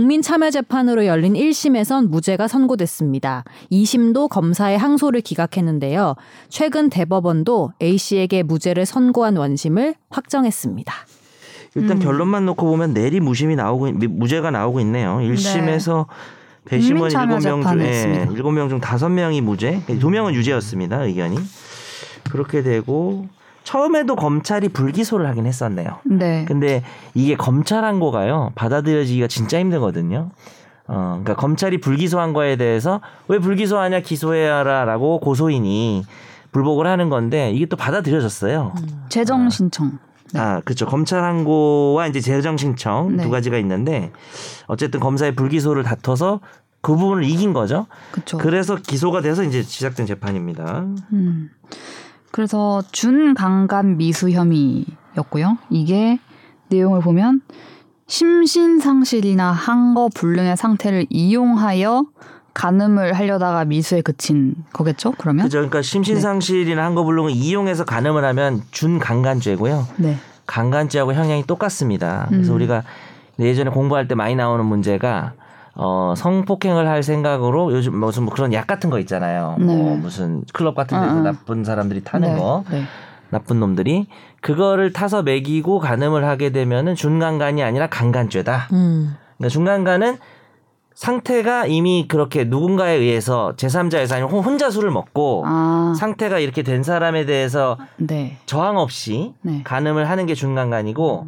국민참여재판으로 열린 1심에선 무죄가 선고됐습니다. 2심도 검사의 항소를 기각했는데요. 최근 대법원도 A 씨에게 무죄를 선고한 원심을 확정했습니다.
음.
일단 결론만 놓고 보면 내리 무심이 나오고 있- 미- 무죄가 나오고 있네요. 1심에서
국민
배심원
참여
7명 중
재판을
예,
했습니다.
7명 중 5명이 무죄, 2명은 유죄였습니다. 의견이. 그렇게 되고 처음에도 검찰이 불기소를 하긴 했었네요.
네.
근데 이게 검찰 항고가요 받아들여지기가 진짜 힘들거든요. 어, 그러니까 검찰이 불기소한 거에 대해서 왜 불기소하냐 기소해야라고 고소인이 불복을 하는 건데 이게 또 받아들여졌어요.
재정 신청. 네.
아, 그렇죠. 검찰 항고와 이제 재정 신청
네.
두 가지가 있는데 어쨌든 검사의 불기소를 다퉈서 그 부분을 이긴 거죠.
그렇죠.
그래서 기소가 돼서 이제 시작된 재판입니다.
음. 그래서 준강간 미수 혐의였고요. 이게 내용을 보면 심신상실이나 항거 불능의 상태를 이용하여 간음을 하려다가 미수에 그친 거겠죠? 그러면?
그죠. 그러니까 심신상실이나 한거불능을 이용해서 간음을 하면 준강간죄고요.
네.
강간죄하고 형량이 똑같습니다. 그래서
음.
우리가 예전에 공부할 때 많이 나오는 문제가 어 성폭행을 할 생각으로 요즘 무슨 뭐 그런 약 같은 거 있잖아요.
네.
뭐 무슨 클럽 같은 데서
아, 아.
나쁜 사람들이 타는
네.
거.
네.
나쁜 놈들이 그거를 타서 먹이고 간음을 하게 되면은 중간간이 아니라 강간죄다.
음.
그러니까 중간간은 상태가 이미 그렇게 누군가에 의해서 제3자에서 아니면 혼- 혼자 술을 먹고
아,
상태가 이렇게 된 사람에 대해서
네.
저항 없이
네.
간음을 하는 게 중간간이고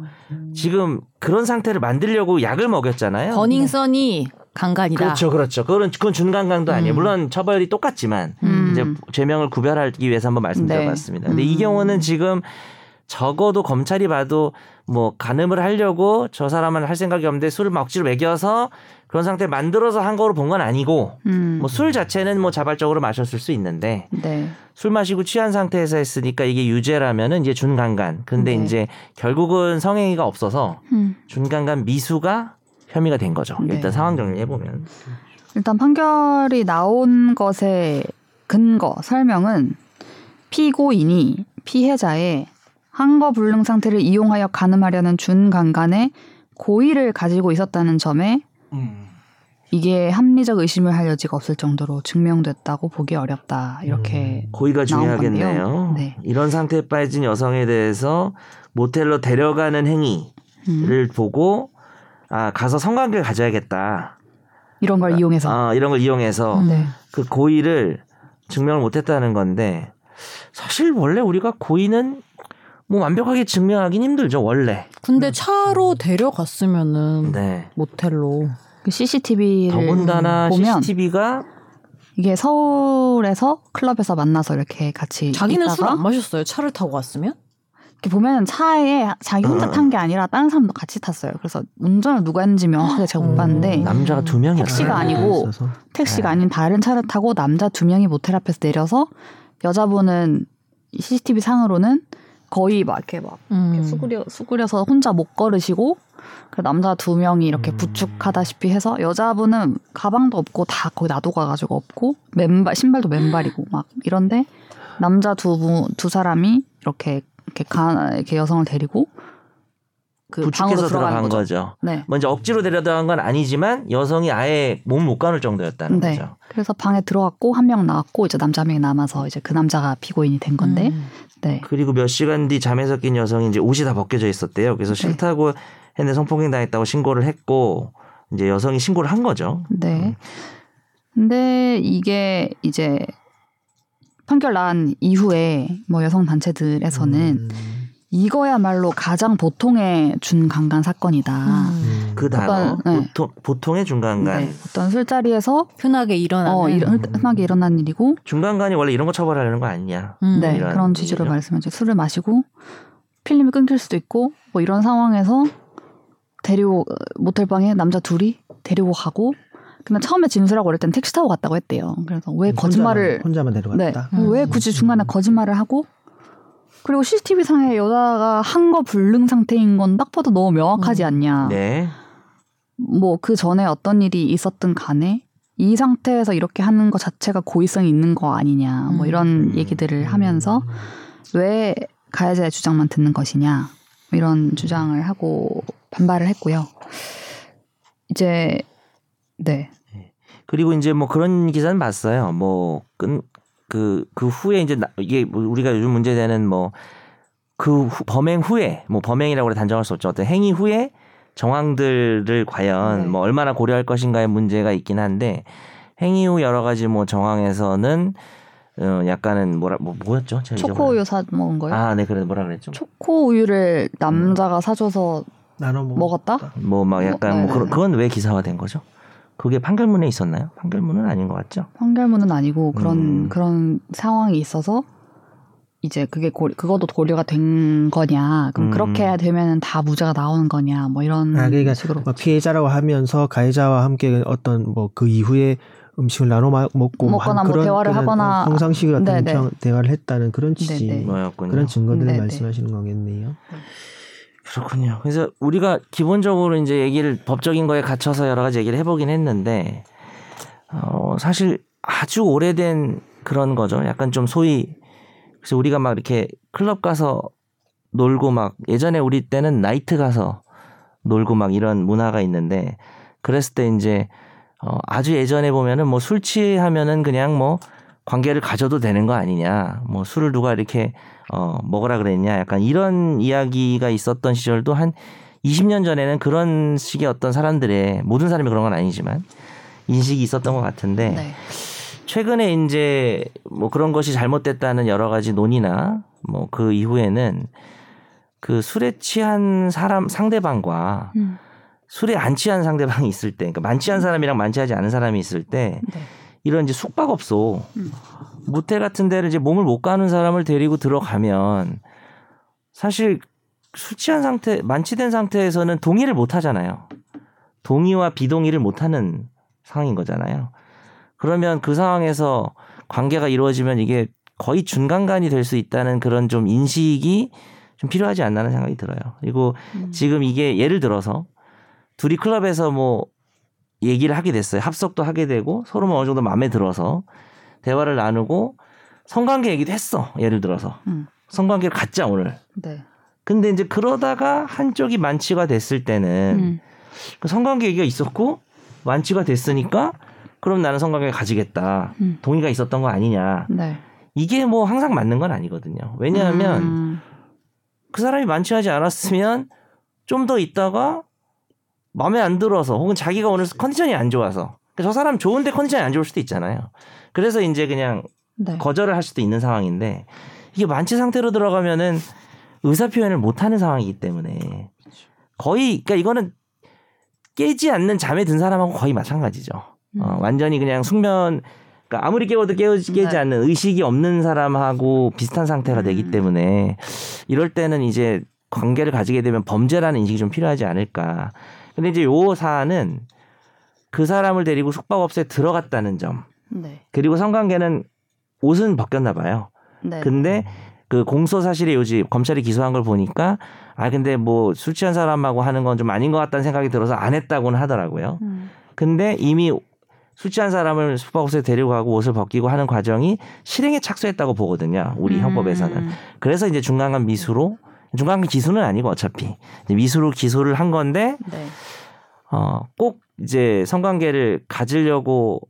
지금 그런 상태를 만들려고 약을 먹였잖아요.
버닝썬이 강간이다.
네. 그렇죠, 그렇죠. 그건, 그건 준간간도 아니에요. 물론 처벌이 똑같지만
음.
이제 죄명을 구별하기 위해서 한번 말씀드려봤습니다. 근데 이
음.
경우는 지금 적어도 검찰이 봐도 뭐 간음을 하려고 저 사람은 할 생각이 없는데 술을 막 억지로 먹여서 그런 상태 만들어서 한 거로 본 건 아니고
음.
뭐 술 자체는 뭐 자발적으로 마셨을 수 있는데
네.
술 마시고 취한 상태에서 했으니까 이게 유죄라면은 이제 준강간. 근데
네.
이제 결국은 성행위가 없어서
음.
준강간 미수가 혐의가 된 거죠.
네.
일단 상황 정리해 보면.
일단 판결이 나온 것의 근거 설명은 피고인이 피해자의 항거 불능 상태를 이용하여 가늠하려는 준간간의 고의를 가지고 있었다는 점에 음. 이게 합리적 의심을 할 여지가 없을 정도로 증명됐다고 보기 어렵다 이렇게
고의가
나온 건데요.
중요하겠네요.
네.
이런 상태에 빠진 여성에 대해서 모텔로 데려가는
음,
행위를 보고 아 가서 성관계를 가져야겠다.
음. 이런 걸 이용해서
아 이런 걸 이용해서
음.
네.
그 고의를 증명을 못했다는 건데 사실 원래 우리가 고의는 뭐 완벽하게 증명하긴 힘들죠 원래.
근데 차로
음.
데려갔으면은
네.
모텔로.
그 CCTV를
더군다나
보면
CCTV가
이게 서울에서 클럽에서 만나서 이렇게 같이
자기는 술
있다가
안 마셨어요. 차를 타고 갔으면?
이렇게 보면 차에 자기 혼자
어.
탄 게 아니라 다른 사람도 같이 탔어요. 그래서 운전을 누가 했는지 명확하게 제가 못
음.
봤는데
남자가 두 명이었어요.
택시가 아니고 그 택시가 아닌 다른 차를 타고 남자 두 명이 모텔 앞에서 내려서 여자분은 이 CCTV 상으로는 거의 막 이렇게 막
음.
음.
이렇게 수그려 수그려서 혼자 못 걸으시고 그 남자 두 명이 이렇게
음.
부축하다시피 해서 여자분은 가방도 없고 다 거기 놔두고 가가지고 없고 맨발 신발도 맨발이고 막 이런데 남자 두두 두 사람이 이렇게 이렇게 가 이렇게 여성을 데리고 그 방으로
부축해서
들어가는
들어간
거죠.
거죠.
네.
먼저 억지로 데려다간 건 아니지만 여성이 아예 몸 못 가눌 정도였다는
네.
거죠.
그래서 방에 들어갔고 한 명 나왔고 이제 남자 한 명이 남아서 이제 그 남자가 피고인이 된 건데
음.
네.
그리고 몇 시간 뒤 잠에서 낀 여성이 이제 옷이 다 벗겨져 있었대요. 그래서
네.
싫다고 했는데 성폭행 당했다고 신고를 했고 이제 여성이 신고를 한 거죠.
네. 근데 이게
음.
이제 판결 난 이후에 뭐 여성 단체들에서는 이거야말로 가장 보통의 준강간
아.
사건이다.
음.
그 단어
어떤, 네.
보통 보통의 중간간
네, 어떤 술자리에서
흔하게 일어나는.
어, 이런 흔하게 일어난 일이고
중간간이 원래 이런 거 처벌하려는 거 아니냐
음.
네,
이런
그런 취지로
얘기죠.
말씀해주죠. 술을 마시고 필름이 끊길 수도 있고 뭐 이런 상황에서 데리고 모텔방에 남자 둘이 데리고 가고 근데 처음에 진술하고 어릴 땐 택시 타고 갔다고 했대요. 그래서 왜 거짓말을
음, 혼자만, 혼자만
네,
데려갔다.
음.
왜 굳이 중간에 거짓말을 하고 그리고 CCTV 상에 여자가 한 거 불능 상태인 건 딱 봐도 너무 명확하지
음.
않냐.
네
뭐 그 전에 어떤 일이 있었든 간에 이 상태에서 이렇게 하는 것 자체가 고의성이 있는 거 아니냐. 뭐
음.
이런
음.
얘기들을 하면서
음.
왜 가해자의 주장만 듣는 것이냐 뭐 이런 주장을 하고 반발을 했고요. 이제 네,
그리고 이제 뭐 그런 기사는 봤어요 뭐 뭐그그 그 후에 이제 나- 이게 뭐 우리가 요즘 문제되는 뭐 그 범행 후에 뭐 범행이라고 단정할 수 없죠 어떤 행위 후에 정황들을 과연
네.
뭐 얼마나 고려할 것인가의 문제가 있긴 한데 행위 후 여러 가지 뭐 정황에서는 어 약간은 뭐라 뭐 뭐였죠 제가
초코 우유 사 먹은 거예요.
아네 그래 뭐라 그랬죠
초코 우유를 남자가 사줘서
음.
나눠 먹-
먹었다?
뭐 막 약간 뭐
네네네.
그런- 그건 왜 기사화된 거죠? 그게 판결문에 있었나요? 판결문은 아닌 것 같죠?
판결문은 아니고 그런
음.
그런 상황이 있어서 이제 그게 고, 그것도 고려가 된 거냐? 그럼
음.
그렇게 되면 다 무죄가 나오는 거냐? 뭐 이런
아, 그러니까
식으로
뭐 피해자라고 하면서 가해자와 함께 어떤 뭐 그 이후에 음식을 나눠 마- 먹고
먹거나
한
뭐
그런
대화를
그런
하거나-
어, 성상식 같은
네네.
형- 대화를 했다는 그런 취지
네네.
뭐였군요.
그런 증거들을
네네.
말씀하시는 거겠네요.
그렇군요. 그래서 우리가 기본적으로 이제 얘기를 법적인 거에 갇혀서 여러 가지 얘기를 해보긴 했는데 어, 사실 아주 오래된 그런 거죠. 약간 좀 소위 그래서 우리가 막 이렇게 클럽 가서 놀고 막 예전에 우리 때는 나이트 가서 놀고 막 이런 문화가 있는데 그랬을 때 이제 어, 아주 예전에 보면은 뭐 술 취하면은 그냥 뭐 관계를 가져도 되는 거 아니냐. 뭐 술을 누가 이렇게 어, 먹으라 그랬냐. 약간 이런 이야기가 있었던 시절도 한 20년 전에는 그런 식의 어떤 사람들의 모든 사람이 그런 건 아니지만 인식이 있었던 것 같은데
네.
최근에 이제 뭐 그런 것이 잘못됐다는 여러 가지 논의나 뭐 그 이후에는 그 술에 취한 사람 상대방과
음.
술에 안 취한 상대방이 있을 때, 그러니까 만취한 사람이랑 만취하지 않은 사람이 있을 때
네.
이런 이제 숙박업소,
음.
모텔 같은 데를 이제 몸을 못 가는 사람을 데리고 들어가면 사실 술 취한 상태, 만취된 상태에서는 동의를 못 하잖아요. 동의와 비동의를 못 하는 상황인 거잖아요. 그러면 그 상황에서 관계가 이루어지면 이게 거의 중간간이 될 수 있다는 그런 좀 인식이 좀 필요하지 않나는 생각이 들어요. 그리고
음.
지금 이게 예를 들어서 둘이 클럽에서 뭐 얘기를 하게 됐어요. 합석도 하게 되고 서로 뭐 어느 정도 마음에 들어서 대화를 나누고 성관계 얘기도 했어. 예를 들어서
음.
성관계를 갖자 오늘.
네.
근데 이제 그러다가 한쪽이 만취가 됐을 때는
음.
그 성관계 얘기가 있었고 만취가 됐으니까 그럼 나는 성관계 가지겠다.
음.
동의가 있었던 거 아니냐.
네.
이게 뭐 항상 맞는 건 아니거든요. 왜냐하면
음.
그 사람이 만취하지 않았으면 좀 더 있다가 마음에 안 들어서 혹은 자기가 오늘 컨디션이 안 좋아서 그러니까 저 사람 좋은데 컨디션이 안 좋을 수도 있잖아요. 그래서 이제 그냥
네.
거절을 할 수도 있는 상황인데 이게 만취 상태로 들어가면은 의사 표현을 못 하는 상황이기 때문에 거의 그러니까 이거는 깨지 않는 잠에 든 사람하고 거의 마찬가지죠. 어, 완전히 그냥 숙면 그러니까 아무리 깨워도 깨우지, 깨지
음. 네.
않는 의식이 없는 사람하고 비슷한 상태가 되기
음.
때문에 이럴 때는 이제 관계를 가지게 되면 범죄라는 인식이 좀 필요하지 않을까. 근데 이제 요 사안은 그 사람을 데리고 숙박업소에 들어갔다는 점
네.
그리고 성관계는 옷은 벗겼나 봐요.
네.
근데 그 공소 사실이 요지 검찰이 기소한 걸 보니까 아 근데 뭐 술 취한 사람하고 하는 건 좀 아닌 것 같다는 생각이 들어서 안 했다고는 하더라고요.
음.
근데 이미 술 취한 사람을 숙박업소에 데리고 가고 옷을 벗기고 하는 과정이 실행에 착수했다고 보거든요. 우리 형법에서는.
음.
그래서 이제 중간간 미수로 중간간 기소는 아니고 어차피 이제 미수로 기소를 한 건데
네.
어, 꼭 이제 성관계를 가지려고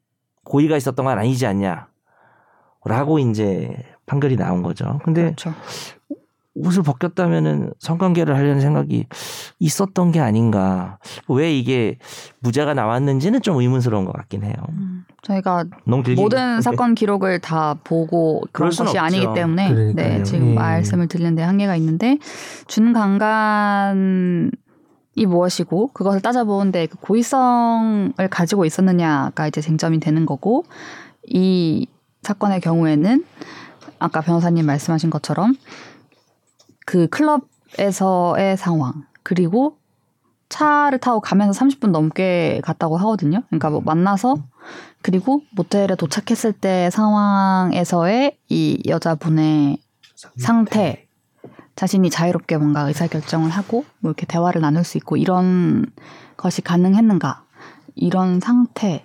고의가 있었던 건 아니지 않냐. 라고 이제 판결이 나온 거죠. 근데
그렇죠.
옷을 벗겼다면은 성관계를 하려는 생각이 있었던 게 아닌가. 왜 이게 무죄가 나왔는지는 좀 의문스러운 것 같긴 해요.
음. 저희가
너무 길게
모든
[laughs]
사건 기록을 다 보고 그런
그럴 순
것이 아니기
없죠.
때문데
그러니까요.
네, 지금
예.
말씀을 드리는데 한계가 있는데 준강간이 무엇이고 그것을 따져보는데 그 고의성을 가지고 있었느냐가 이제 쟁점이 되는 거고 이 사건의 경우에는 아까 변호사님 말씀하신 것처럼 그 클럽에서의 상황 그리고 차를 타고 가면서 30분 넘게 갔다고 하거든요. 그러니까 뭐 만나서 그리고 모텔에 도착했을 때 상황에서의 이 여자분의
음.
상태 자신이 자유롭게 뭔가 의사결정을 하고 뭐 이렇게 대화를 나눌 수 있고 이런 것이 가능했는가 이런 상태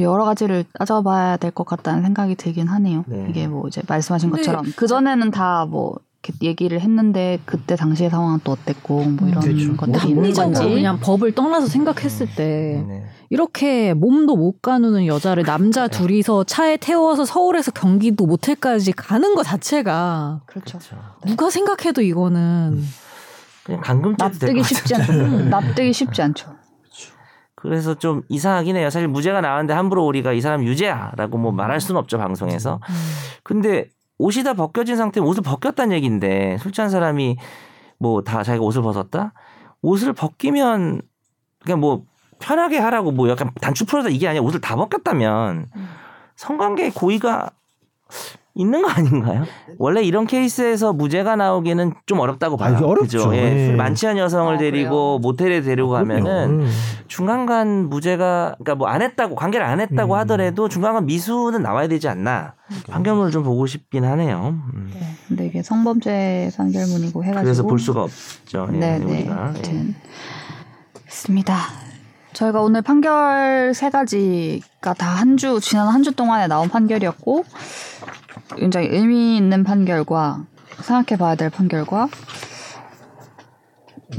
여러 가지를 따져봐야 될 것 같다는 생각이 들긴 하네요.
네.
이게 뭐 이제 말씀하신
근데
것처럼 그 전에는 다 뭐 얘기를 했는데 그때 당시의 상황은 또 어땠고 뭐 이런
그렇죠.
네.
것들이 있는 건지
합리적으로 그냥 법을 떠나서 생각했을
음.
때
네,
이렇게 몸도 못 가누는 여자를 남자 둘이서 차에 태워서 서울에서 경기도 모텔까지 가는 것 자체가
그렇죠.
누가 생각해도 이거는
음.
그냥 감금죄도
납득이
될것
쉽지
같아요.
않죠. 음, 납득이 쉽지 않죠.
그래서 좀 이상하긴 해요. 사실 무죄가 나왔는데 함부로 우리가 이 사람 유죄야라고 뭐 말할 수는 없죠 방송에서. 근데 옷이 다 벗겨진 상태 옷을 벗겼다는 얘기인데 술 취한 사람이 뭐 다 자기가 옷을 벗었다. 옷을 벗기면 그냥 뭐 편하게 하라고 뭐 약간 단추 풀어다 이게 아니야 옷을 다 벗겼다면
음.
성관계 고의가 있는 거 아닌가요? 원래 이런 케이스에서 무죄가 나오기는 좀 어렵다고
아,
봐요.
이게 어렵죠.
그죠?
예.
술 만취한 여성을
아, 그래요?
데리고 모텔에 데리고 가면은
음.
중간간 무죄가 그러니까 뭐 안 했다고 관계를 안 했다고
음.
하더라도 중간간 미수는 나와야 되지 않나 판결문을 좀 보고 싶긴 하네요. 음.
근데 이게 성범죄 판결문이고 해가지고
그래서 볼 수가 없죠. 예,
네네.
우리가 예.
아무튼 있습니다. 저희가 오늘 판결 세 가지가 다 한 주 지난 한 주 동안에 나온 판결이었고 굉장히 의미 있는 판결과 생각해봐야 될 판결과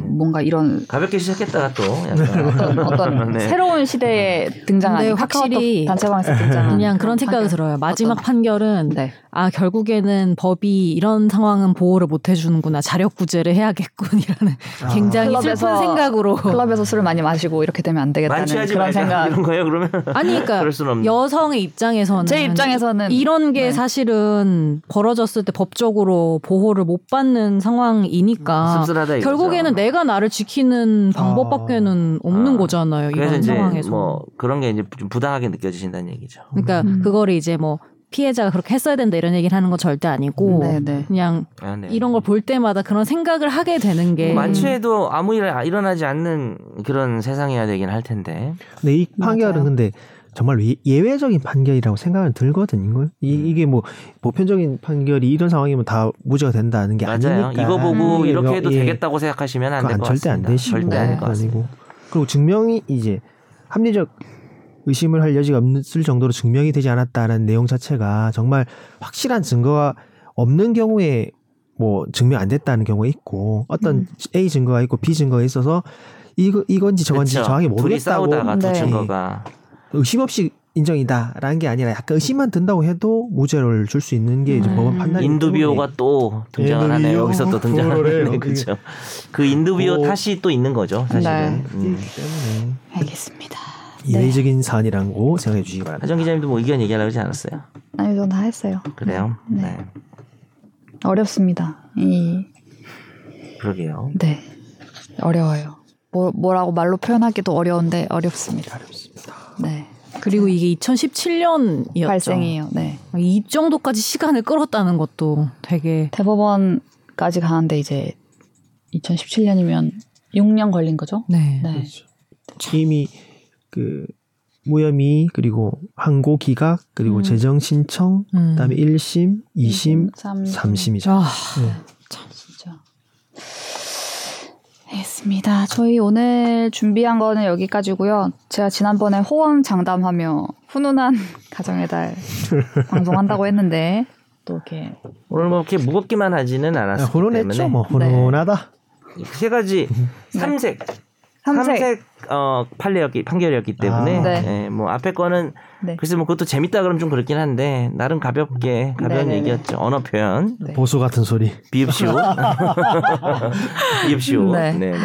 뭔가
[laughs]
이런
가볍게 시작했다가 또 약간
어떤, 어떤
네.
새로운 시대에 등장하는
근데 확실히
카카오톡 단체방에서 등장하는
그냥 그런 생각이
판결.
들어요. 마지막
어떤-
판결은
네.
아 결국에는 법이 이런 상황은 보호를 못 해주는구나 자력구제를 해야겠군이라는
아.
굉장히 슬픈
클럽에서-
생각으로
클럽에서 술을 많이 마시고 이렇게 되면 안 되겠다는
만취하지
그런
말자
생각.
이런 거예요. 그러면
아니 그러니까
그럴 수는 없는.
여성의 입장에서는
제 입장에서는
이런 게
네.
사실은 벌어졌을 때 법적으로 보호를 못 받는 상황이니까
씁쓸하다 이거죠.
아, 결국에는 내가 나를 지키는 방법밖에는 없는
아.
거잖아요
그래서
이런
이제
상황에서
뭐 그런 게 이제 좀 부당하게 느껴지신다는 얘기죠.
그러니까
음.
그거를 이제 뭐 피해자가 그렇게 했어야 된다 이런 얘기를 하는 건 절대 아니고
네, 네.
그냥
아, 네. 음.
이런 걸 볼 때마다 그런 생각을 하게 되는 게
만취해도 아무 일 일어나지 않는 그런 세상이어야 되긴 할 텐데.
근데 이 판결은
맞아요.
근데 정말 예- 예외적인 판결이라고 생각은 들거든요. 이,
음.
이게 뭐 보편적인 판결이 이런 상황이면 다 무죄가 된다는 게
맞아요.
아니니까.
이거 보고
음.
이렇게 해도
예.
되겠다고 생각하시면 안
그거
될
안
것
절대
같습니다.
안 되시고
절대
네.
아닐 것
그거
같습니다.
아니고 그리고 증명이 이제 합리적 의심을 할 여지가 없을 정도로 증명이 되지 않았다는 내용 자체가 정말 확실한 증거가 없는 경우에 뭐 증명 안 됐다는 경우가 있고 어떤
음.
A 증거가 있고 B 증거가 있어서 이거 이건지 저건지
그쵸.
정확히
둘이
모르겠다고
싸우다가 두
네.
증거가
의심 없이 인정이다라는 게 아니라 약간 의심만 든다고 해도 무죄를 줄 수 있는 게 이제
음.
법원 판단이
인두비오가 또 등장을 하네요.
네. 인두비오
여기서 또
그거를
[laughs] 등장하네요.
여기- 뭐
그렇죠. 그 인두비오
고-
탓이 또 있는 거죠. 사실은.
네.
음.
때문에
알겠습니다.
네.
네.
이례적인 사안이라고 생각해 주시기 바랍니다.
하정 기자님도 뭐 의견 얘기하려고 하지 않았어요?
아니 전 다 했어요.
그래요? 네.
어렵습니다. 이
그러게요.
네. 어려워요. 뭐, 뭐라고 말로 표현하기도 어려운데 어렵습니다. 네.
그리고 이게 2017년이었죠.
발생이에요. 네.
이 정도까지 시간을 끌었다는 것도 되게
대법원까지 가는데 이제 2017년이면 6년 걸린 거죠?
네.
네.
이미 그 무혐의 그리고 항고 기각 그리고
음.
재정 신청
음.
그다음에 1심, 2심,
3심.
3심이죠. 네.
아,
진짜. 알겠습니다. 저희 오늘 준비한 거는 여기까지고요. 제가 지난번에 호황 장담하며 훈훈한 [laughs] 가정의 달 방송한다고 했는데 또 이렇게
오늘 뭐 이렇게
네, 뭐
무겁기만 하지는 않았기 때문에
네.
혼혼했죠. 뭐 혼혼하다.
세 가지 삼색
삼색.
삼색 어 판례였기 판결이었기 때문에
아.
네.
예, 뭐 앞에 거는
네.
글쎄 뭐 그것도 재밌다 그러면 좀 그렇긴 한데 나름 가볍게 가벼운
네네네.
얘기였죠 언어 표현
네.
보수 같은 소리.
[laughs]
비읍시오 비읍시오
네.
네네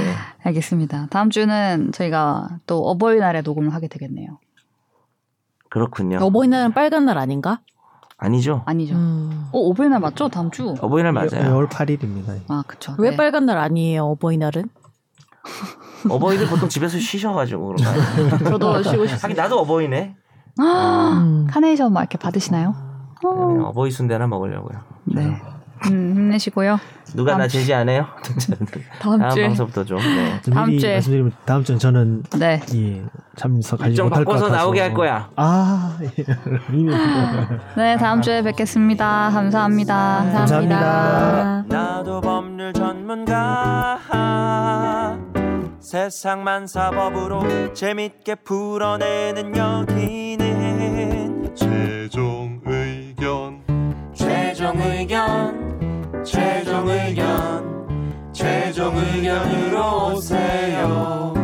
알겠습니다. 다음 주는 저희가 또 어버이날에 녹음을 하게 되겠네요.
그렇군요
네,
어버이날은 빨간 날 아닌가?
아니죠
아니죠.
음.
어, 어버이날 맞죠? 다음 주.
어버이날 맞아요
2월 8일입니다.
아, 그쵸.
왜
네.
빨간 날 아니에요? 어버이날은?
네.
어버이들 보통 집에서
[laughs]
쉬셔가지고 그런가요
저도 쉬고
하긴
싶습니다.
나도 어버이네
아,
음.
[gasps] 카네이션 막 이렇게 받으시나요?
네, 어버이 순대나 먹으려고요
네. 음, 힘내시고요.
누가 나
다음 주-
제지 안 해요
다음
다음
주에.
방송부터 좀 네.
좀
다음
미리
주에.
말씀드리면 다음 주는 저는
네.
예, 참석하지
일정
못할 것
바꿔서
같아서
나오게 할 거야
아, 예. 이미
네, 다음 주에 뵙겠습니다. 감사합니다.
감사합니다.
나도 법률 전문가 세상만 사법으로 재밌게 풀어내는 여기는
최종 의견
최종 의견 최종 의견 최종 의견으로 오세요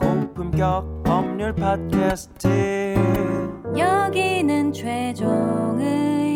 고품격 법률 팟캐스트
여기는 최종 의견